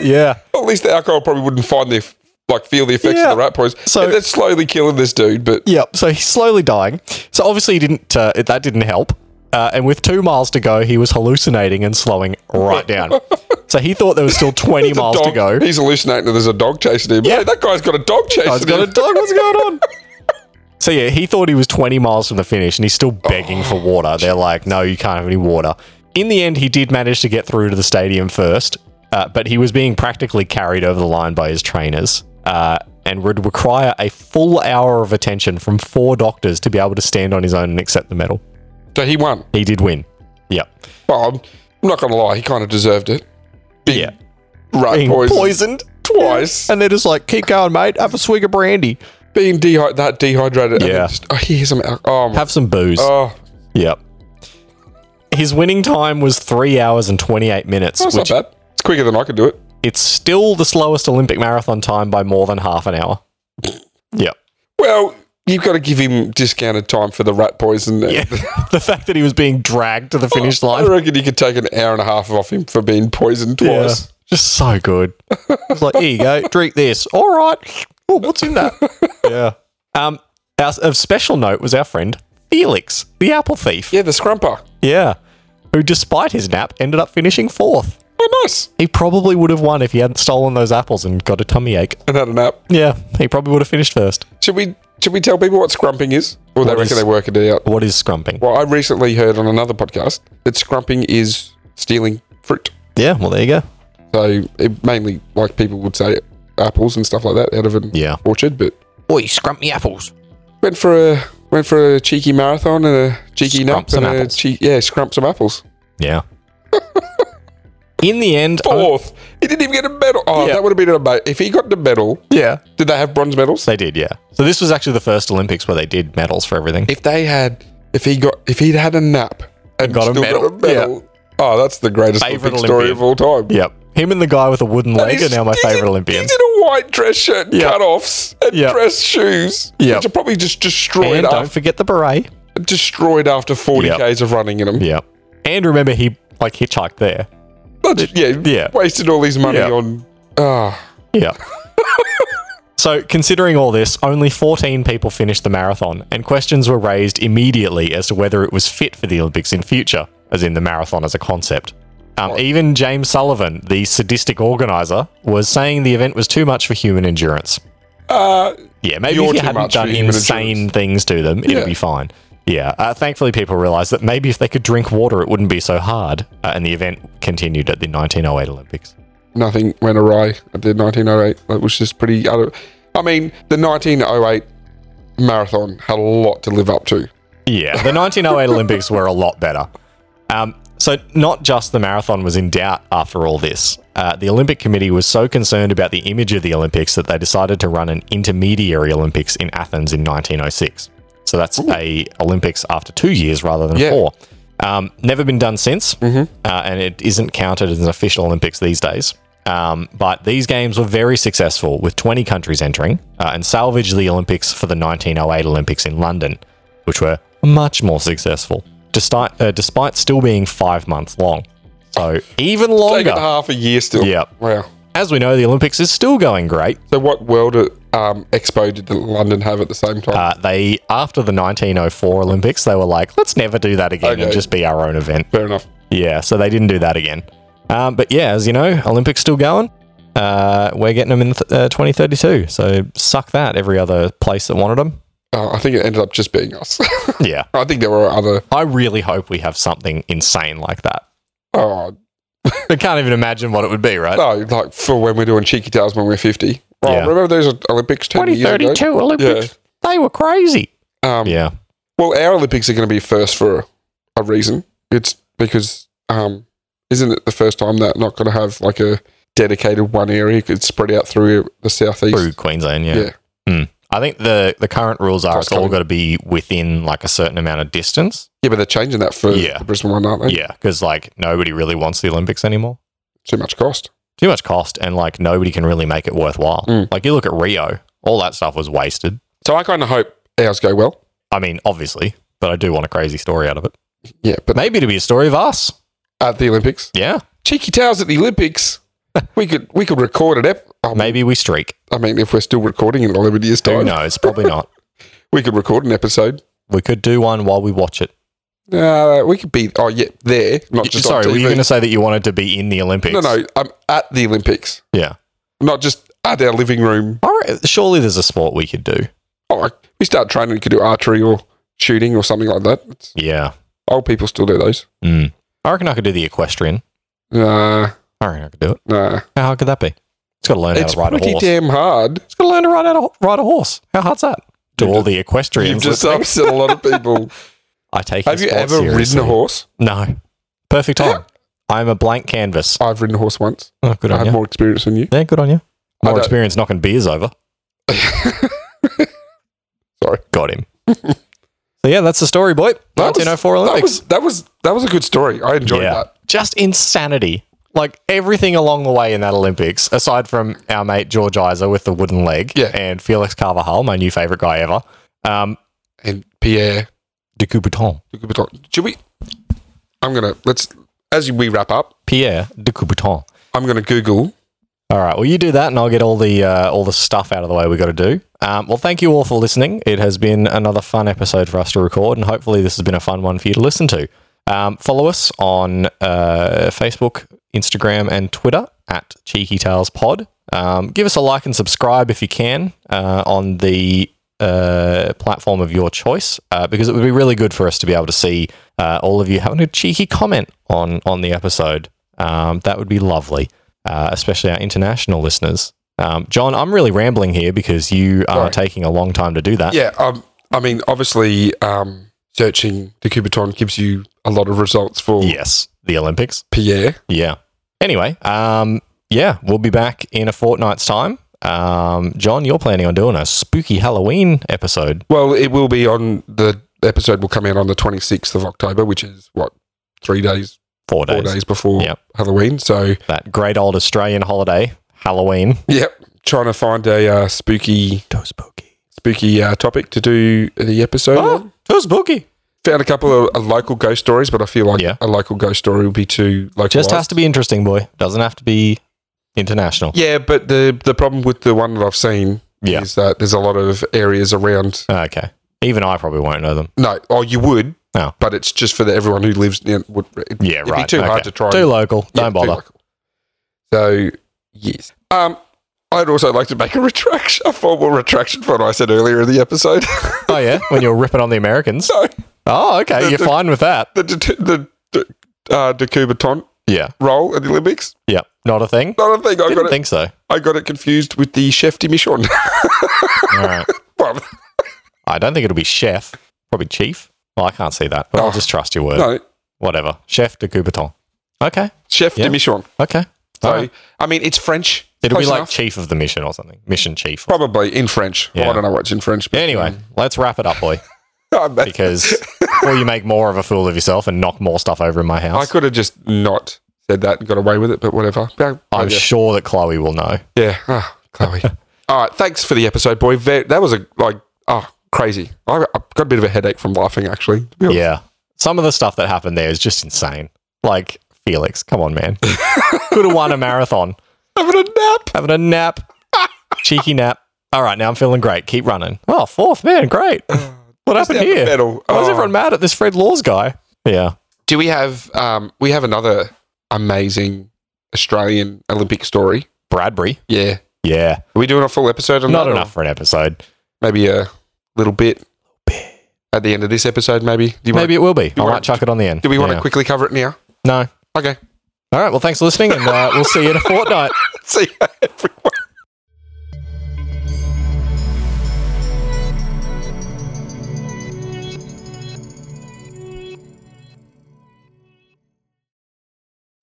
Speaker 1: yeah.
Speaker 2: At least the alcohol probably wouldn't find the like feel the effects
Speaker 1: Yeah.
Speaker 2: of the rat poison.
Speaker 1: So-
Speaker 2: So that's slowly killing this dude. But
Speaker 1: Yep. So he's slowly dying. So obviously he didn't. Uh, it- that didn't help. Uh, and with two miles to go, he was hallucinating and slowing right down. so he thought there was still 20 miles
Speaker 2: dog,
Speaker 1: to go.
Speaker 2: he's hallucinating. that There's a dog chasing him.
Speaker 1: Yeah.
Speaker 2: Yeah, that guy's got a dog chasing
Speaker 1: I've got a
Speaker 2: him.
Speaker 1: dog. What's going on? So yeah, he thought he was 20 miles from the finish, and he's still begging for water. They're like, "No, you can't have any water." In the end, he did manage to get through to the stadium first, uh, but he was being practically carried over the line by his trainers, uh, and would require a full hour of attention from four doctors to be able to stand on his own and accept the medal.
Speaker 2: so he won.
Speaker 1: He did win. Yep.
Speaker 2: Well, I'm, I'm not gonna lie. He kind of deserved it. Big
Speaker 1: Yeah.
Speaker 2: rat
Speaker 1: Being
Speaker 2: poison
Speaker 1: poisoned.
Speaker 2: twice.
Speaker 1: And they're just like, keep going, mate. Have a swig of brandy.
Speaker 2: Being dehydrated, that dehydrated. and
Speaker 1: Yeah.
Speaker 2: then just- oh, here's some alcohol. Oh, my,
Speaker 1: Have some booze.
Speaker 2: oh,
Speaker 1: Yep. His winning time was three hours and 28 minutes,
Speaker 2: that's
Speaker 1: which
Speaker 2: not bad. It's quicker than I could do it.
Speaker 1: it's still the slowest Olympic marathon time by more than half an hour. Yep.
Speaker 2: Well, you've got to give him discounted time for the rat poison.
Speaker 1: Yeah. the fact that he was being dragged to the finish
Speaker 2: I
Speaker 1: line.
Speaker 2: reckon you could take an hour and a half off him for being poisoned
Speaker 1: Yeah.
Speaker 2: twice.
Speaker 1: Just so good. It's like, here you go, drink this. All right. Oh, what's in that? yeah. Um, our, of special note was our friend Felix, the apple thief.
Speaker 2: Yeah, the scrumper.
Speaker 1: Yeah. Who, despite his nap, ended up finishing fourth.
Speaker 2: Oh, nice.
Speaker 1: He probably would have won if he hadn't stolen those apples and got a tummy ache.
Speaker 2: And had a nap.
Speaker 1: Yeah, he probably would have finished first.
Speaker 2: Should we should we tell people what scrumping is? Well, they
Speaker 1: What
Speaker 2: reckon
Speaker 1: is-
Speaker 2: they work it out.
Speaker 1: What is scrumping?
Speaker 2: Well, I recently heard on another podcast that scrumping is stealing fruit.
Speaker 1: Yeah, well, there you go.
Speaker 2: So it mainly, like people would say, apples and stuff like that out of an
Speaker 1: Yeah.
Speaker 2: orchard. But
Speaker 1: Boy, scrump me apples.
Speaker 2: went for a went for a cheeky marathon and a cheeky
Speaker 1: Scrump
Speaker 2: nap
Speaker 1: some
Speaker 2: and a
Speaker 1: apples.
Speaker 2: cheek yeah, scrump some apples.
Speaker 1: Yeah. In the end, oh,
Speaker 2: Fourth, he didn't even get a medal. Oh,
Speaker 1: Yeah.
Speaker 2: that would have been a medal. If he got the medal,
Speaker 1: yeah,
Speaker 2: did they have bronze medals?
Speaker 1: they did. Yeah. So this was actually the first Olympics where they did medals for everything.
Speaker 2: if they had, if he got, if he'd had a nap and
Speaker 1: got a
Speaker 2: still
Speaker 1: medal.
Speaker 2: Oh, that's the greatest
Speaker 1: Favourite
Speaker 2: Olympic story of all time.
Speaker 1: Yep. Him and the guy with a wooden leg are
Speaker 2: He's-
Speaker 1: now my
Speaker 2: he's
Speaker 1: favorite
Speaker 2: in-
Speaker 1: Olympians.
Speaker 2: He's in a white dress shirt and
Speaker 1: Yeah.
Speaker 2: cut-offs and
Speaker 1: Yeah.
Speaker 2: dress shoes,
Speaker 1: Yeah.
Speaker 2: which are probably just destroyed
Speaker 1: And don't
Speaker 2: after,
Speaker 1: forget the beret.
Speaker 2: destroyed after 40
Speaker 1: Yeah.
Speaker 2: Ks of running in them.
Speaker 1: Yep. And remember, he like hitchhiked there.
Speaker 2: But, yeah,
Speaker 1: Yeah.
Speaker 2: wasted all his money
Speaker 1: Yeah.
Speaker 2: on Ah,
Speaker 1: Yeah. so, considering all this, only 14 people finished the marathon, and questions were raised immediately as to whether it was fit for the Olympics in future, as in the marathon as a concept. Um, even James Sullivan, the sadistic organizer, was saying the event was too much for human endurance.
Speaker 2: uh,
Speaker 1: Yeah, maybe
Speaker 2: You're
Speaker 1: if you
Speaker 2: too
Speaker 1: hadn't
Speaker 2: much for
Speaker 1: done
Speaker 2: human
Speaker 1: insane
Speaker 2: endurance.
Speaker 1: things to them, it'd
Speaker 2: Yeah.
Speaker 1: be fine. Yeah, uh, thankfully people realised that maybe if they could drink water, it wouldn't be so hard, uh, and the event continued at the 1908 Olympics.
Speaker 2: nothing went awry at the 1908. That was just pretty. Utter- I mean, the 1908 marathon had a lot to live up to.
Speaker 1: Yeah, the 1908 Olympics were a lot better. Um, so, not just the marathon was in doubt after all this. Uh, the Olympic Committee was so concerned about the image of the Olympics that they decided to run an intermediary Olympics in Athens in 1906. So that's a Olympics after two years rather than
Speaker 2: Yeah.
Speaker 1: four. Um, never been done since, uh, and it isn't counted as an official Olympics these days. Um, but these games were very successful, with 20 countries entering, uh, and salvaged the Olympics for the 1908 Olympics in London, which were much more successful, despite uh, despite still being five months long. So even
Speaker 2: They got
Speaker 1: longer.
Speaker 2: half a year still.
Speaker 1: Yep.
Speaker 2: Wow.
Speaker 1: As we know, the Olympics is still going great.
Speaker 2: So, what World um, Expo did the London have at the same time?
Speaker 1: Uh, they after the 1904 Olympics, they were like, let's never do that again and
Speaker 2: Okay.
Speaker 1: just be our own event.
Speaker 2: Fair enough.
Speaker 1: Yeah, so they didn't do that again. Um, but yeah, as you know, Olympics still going. Uh, we're getting them in th- uh, 2032. So suck that, every other place that wanted them.
Speaker 2: Uh, I think it ended up just being us.
Speaker 1: Yeah.
Speaker 2: I think there were other.
Speaker 1: I really hope we have something insane like that.
Speaker 2: Oh,
Speaker 1: I can't even imagine what it would be, right?
Speaker 2: no, like for when we're doing cheeky tales when we're 50. Oh,
Speaker 1: Yeah.
Speaker 2: Remember those Olympics 10 years ago?
Speaker 1: Olympics. They were crazy.
Speaker 2: Um,
Speaker 1: Yeah.
Speaker 2: Well, our Olympics are going to be first for a reason. It's because um, isn't it the first time that not going to have like a dedicated one area? It's spread out through the southeast.
Speaker 1: Through Queensland, yeah.
Speaker 2: Yeah.
Speaker 1: Mm. I think the, the current rules are it's all
Speaker 2: Cross-country.
Speaker 1: got to be within like a certain amount of distance.
Speaker 2: Yeah, but they're changing that for
Speaker 1: Yeah.
Speaker 2: the Brisbane one, aren't they?
Speaker 1: Yeah, because like nobody really wants the Olympics anymore.
Speaker 2: Too much cost.
Speaker 1: too much cost and like nobody can really make it worthwhile.
Speaker 2: Mm.
Speaker 1: Like you look at Rio, all that stuff was wasted.
Speaker 2: So I kind of hope ours go well.
Speaker 1: I mean, obviously, but I do want a crazy story out of it.
Speaker 2: Yeah, but
Speaker 1: Maybe to be a story of us.
Speaker 2: at the Olympics,
Speaker 1: Yeah.
Speaker 2: cheeky towels at the Olympics. we could we could record an ep. I mean,
Speaker 1: Maybe we streak.
Speaker 2: I mean, if we're still recording in eleven years
Speaker 1: Who
Speaker 2: time,
Speaker 1: knows? Probably not.
Speaker 2: we could record an episode.
Speaker 1: We could do one while we watch it.
Speaker 2: Uh, we could be oh yeah there, not just
Speaker 1: Sorry,
Speaker 2: on
Speaker 1: were
Speaker 2: TV.
Speaker 1: you going to say that you wanted to be in the Olympics?
Speaker 2: no, no, I'm at the Olympics.
Speaker 1: Yeah.
Speaker 2: not just at our living room.
Speaker 1: All right. Surely there's a sport we could do.
Speaker 2: Oh, like, we start training, we could do archery or shooting or something like that. It's,
Speaker 1: Yeah.
Speaker 2: old people still do those.
Speaker 1: Mm. I reckon I could do the equestrian.
Speaker 2: Nah,
Speaker 1: I reckon I could do it.
Speaker 2: nah.
Speaker 1: How hard could that be? It's got to learn how
Speaker 2: it's
Speaker 1: to ride a
Speaker 2: pretty
Speaker 1: horse.
Speaker 2: damn hard.
Speaker 1: it's got to learn to ride a, ride a horse. How hard's that? Do all the equestrians?
Speaker 2: You've just
Speaker 1: listening?
Speaker 2: upset a lot of people.
Speaker 1: I take.
Speaker 2: Have
Speaker 1: your
Speaker 2: you
Speaker 1: sport
Speaker 2: ever ridden
Speaker 1: seriously.
Speaker 2: a horse?
Speaker 1: No. Perfect time. I'm a blank canvas.
Speaker 2: I've ridden a horse once.
Speaker 1: Oh, good
Speaker 2: I
Speaker 1: on
Speaker 2: have
Speaker 1: you.
Speaker 2: more experience than you.
Speaker 1: yeah, good on you.
Speaker 2: I
Speaker 1: More
Speaker 2: don't-
Speaker 1: experience knocking beers over.
Speaker 2: Sorry.
Speaker 1: Got him. so yeah, that's the story, boy.
Speaker 2: That was-
Speaker 1: 1904
Speaker 2: That
Speaker 1: Olympics.
Speaker 2: was that was that was a good story. I enjoyed
Speaker 1: yeah,
Speaker 2: that.
Speaker 1: just insanity. Like everything along the way in that Olympics, aside from our mate George Isa with the wooden leg,
Speaker 2: Yeah.
Speaker 1: and Felix Carvajal, my new favorite guy ever. Um,
Speaker 2: And Pierre,
Speaker 1: de Coubertin,
Speaker 2: should we? I'm gonna let's as we wrap up.
Speaker 1: Pierre de Coubertin.
Speaker 2: I'm gonna Google.
Speaker 1: All right. Well, you do that, and I'll get all the uh, all the stuff out of the way we got to do. Um, well, thank you all for listening. It has been another fun episode for us to record, and hopefully, this has been a fun one for you to listen to. Um, follow us on uh, Facebook, Instagram, and Twitter at Cheeky Tales Pod. Um, give us a like and subscribe if you can uh, on the uh, platform of your choice, uh, because it would be really good for us to be able to see uh, all of you having a cheeky comment on on the episode. Um, that would be lovely uh, especially our international listeners. Um, John, I'm really rambling here because you are
Speaker 2: Sorry.
Speaker 1: taking a long time to do that.
Speaker 2: Yeah, um, I mean, obviously, um, searching the Kubaton gives you a lot of results for
Speaker 1: Yes, the Olympics.
Speaker 2: Pierre.
Speaker 1: Yeah. Anyway, um, yeah, we'll be back in a fortnight's time. Um, John, you're planning on doing a spooky Halloween episode.
Speaker 2: Well, it will be on the episode will come out on the 26th of October, which is what three days,
Speaker 1: Four days.
Speaker 2: four days before
Speaker 1: Yep.
Speaker 2: Halloween. So,
Speaker 1: That great old Australian holiday, Halloween.
Speaker 2: yep, trying to find a uh, spooky,
Speaker 1: Too spooky.
Speaker 2: spooky uh, topic to do the episode. on.
Speaker 1: Oh, too spooky.
Speaker 2: Found a couple of uh, local ghost stories, but I feel like
Speaker 1: Yeah.
Speaker 2: a local ghost story would be too local.
Speaker 1: Just has to be interesting, boy. Doesn't have to be international.
Speaker 2: Yeah, but the the problem with the one that I've seen
Speaker 1: Yeah.
Speaker 2: is that there's a lot of areas around.
Speaker 1: Okay. Even I probably won't know them.
Speaker 2: No, oh, you would.
Speaker 1: No.
Speaker 2: But it's just for the, everyone who lives near. Would, it'd
Speaker 1: Yeah,
Speaker 2: be
Speaker 1: right.
Speaker 2: too hard
Speaker 1: okay.
Speaker 2: to try.
Speaker 1: Too
Speaker 2: and-
Speaker 1: local.
Speaker 2: yeah,
Speaker 1: Don't
Speaker 2: too
Speaker 1: bother.
Speaker 2: local. So yes, um, I'd also like to make a retraction, a formal retraction for what I said earlier in the episode.
Speaker 1: Oh yeah, when you're ripping on the Americans.
Speaker 2: so
Speaker 1: Oh, okay. You're fine with that.
Speaker 2: the det- the, the uh, Decuba Taunt
Speaker 1: Yeah.
Speaker 2: role at the Olympics,
Speaker 1: Yeah. Not a thing.
Speaker 2: not a thing. I
Speaker 1: Didn't
Speaker 2: got it.
Speaker 1: think so.
Speaker 2: I got it confused with the chef de mission.
Speaker 1: All right. I don't think it'll be chef. Probably chief. Well, I can't see that. But I'll
Speaker 2: Oh.
Speaker 1: just trust your word.
Speaker 2: no,
Speaker 1: Whatever. Chef de Coubertin. Okay.
Speaker 2: chef
Speaker 1: Yeah.
Speaker 2: de mission.
Speaker 1: Okay.
Speaker 2: So
Speaker 1: All right.
Speaker 2: I mean, it's French.
Speaker 1: It'll
Speaker 2: Close
Speaker 1: be like
Speaker 2: enough.
Speaker 1: chief of the mission or something. Mission chief.
Speaker 2: probably in French.
Speaker 1: Yeah.
Speaker 2: I don't know what's in French. But
Speaker 1: Anyway, let's wrap it up, boy.
Speaker 2: I, bet-
Speaker 1: Because or you make more of a fool of yourself and knock more stuff over in my
Speaker 2: I
Speaker 1: house.
Speaker 2: could have just not said that and got away with it, but whatever. Yeah,
Speaker 1: I'm
Speaker 2: yeah.
Speaker 1: sure that Chloe will know.
Speaker 2: Yeah. Ah, Chloe. All right. Thanks for the episode, boy. Ve- That was a like ah crazy. I, I got a bit of a headache from laughing actually. to be honest.
Speaker 1: Yeah. Some of the stuff that happened there is just insane. Like, Felix, come on, man. Could have won a marathon.
Speaker 2: Having a nap.
Speaker 1: Having a nap. Cheeky nap. All right, now I'm feeling great. Keep running. Oh, fourth, man. Great.
Speaker 2: Uh,
Speaker 1: What happened
Speaker 2: down the
Speaker 1: here?
Speaker 2: pedal.
Speaker 1: Why is
Speaker 2: Oh.
Speaker 1: everyone mad at this Fred Laws guy? Yeah.
Speaker 2: Do we have um we have another amazing Australian Olympic story?
Speaker 1: Bradbury.
Speaker 2: Yeah.
Speaker 1: Yeah.
Speaker 2: Are we doing a full episode on
Speaker 1: Not
Speaker 2: that, or
Speaker 1: enough for an episode.
Speaker 2: Maybe a little bit. At the end of this episode, maybe. Do you
Speaker 1: Maybe
Speaker 2: Want,
Speaker 1: it will be. I might
Speaker 2: wanna-
Speaker 1: chuck it on the end.
Speaker 2: do we want
Speaker 1: Yeah.
Speaker 2: to quickly cover it now?
Speaker 1: No.
Speaker 2: Okay.
Speaker 1: All right. Well, thanks for listening, and uh, we'll see you in a fortnight.
Speaker 2: See you, everyone.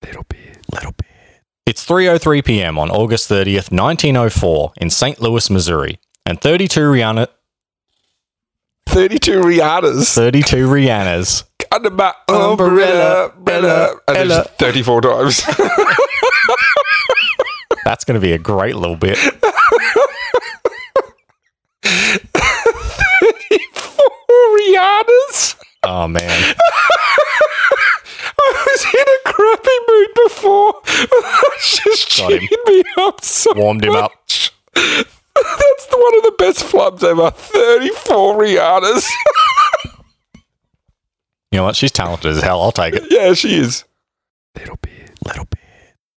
Speaker 2: Little bit, little bit.
Speaker 1: It's 3:03 p.m. on August 30th, 1904, in St. Louis, Missouri, and 32 Rihanna,
Speaker 2: 32 Rihanna's
Speaker 1: 32 Rihannas.
Speaker 2: under my
Speaker 1: Umbrella,
Speaker 2: umbrella, umbrella, and there's
Speaker 1: Ella.
Speaker 2: 34 times.
Speaker 1: That's going to be a great little bit.
Speaker 2: 34 Rihanna's.
Speaker 1: Oh man,
Speaker 2: I was in a crappy mood before. That's just
Speaker 1: Got him.
Speaker 2: cheated me up so
Speaker 1: warmed him up.
Speaker 2: much. That's the- one of the best flubs ever. 34 Rihanna's.
Speaker 1: You know what? She's talented as hell. I'll take it.
Speaker 2: yeah, she is.
Speaker 1: Little bit, little bit.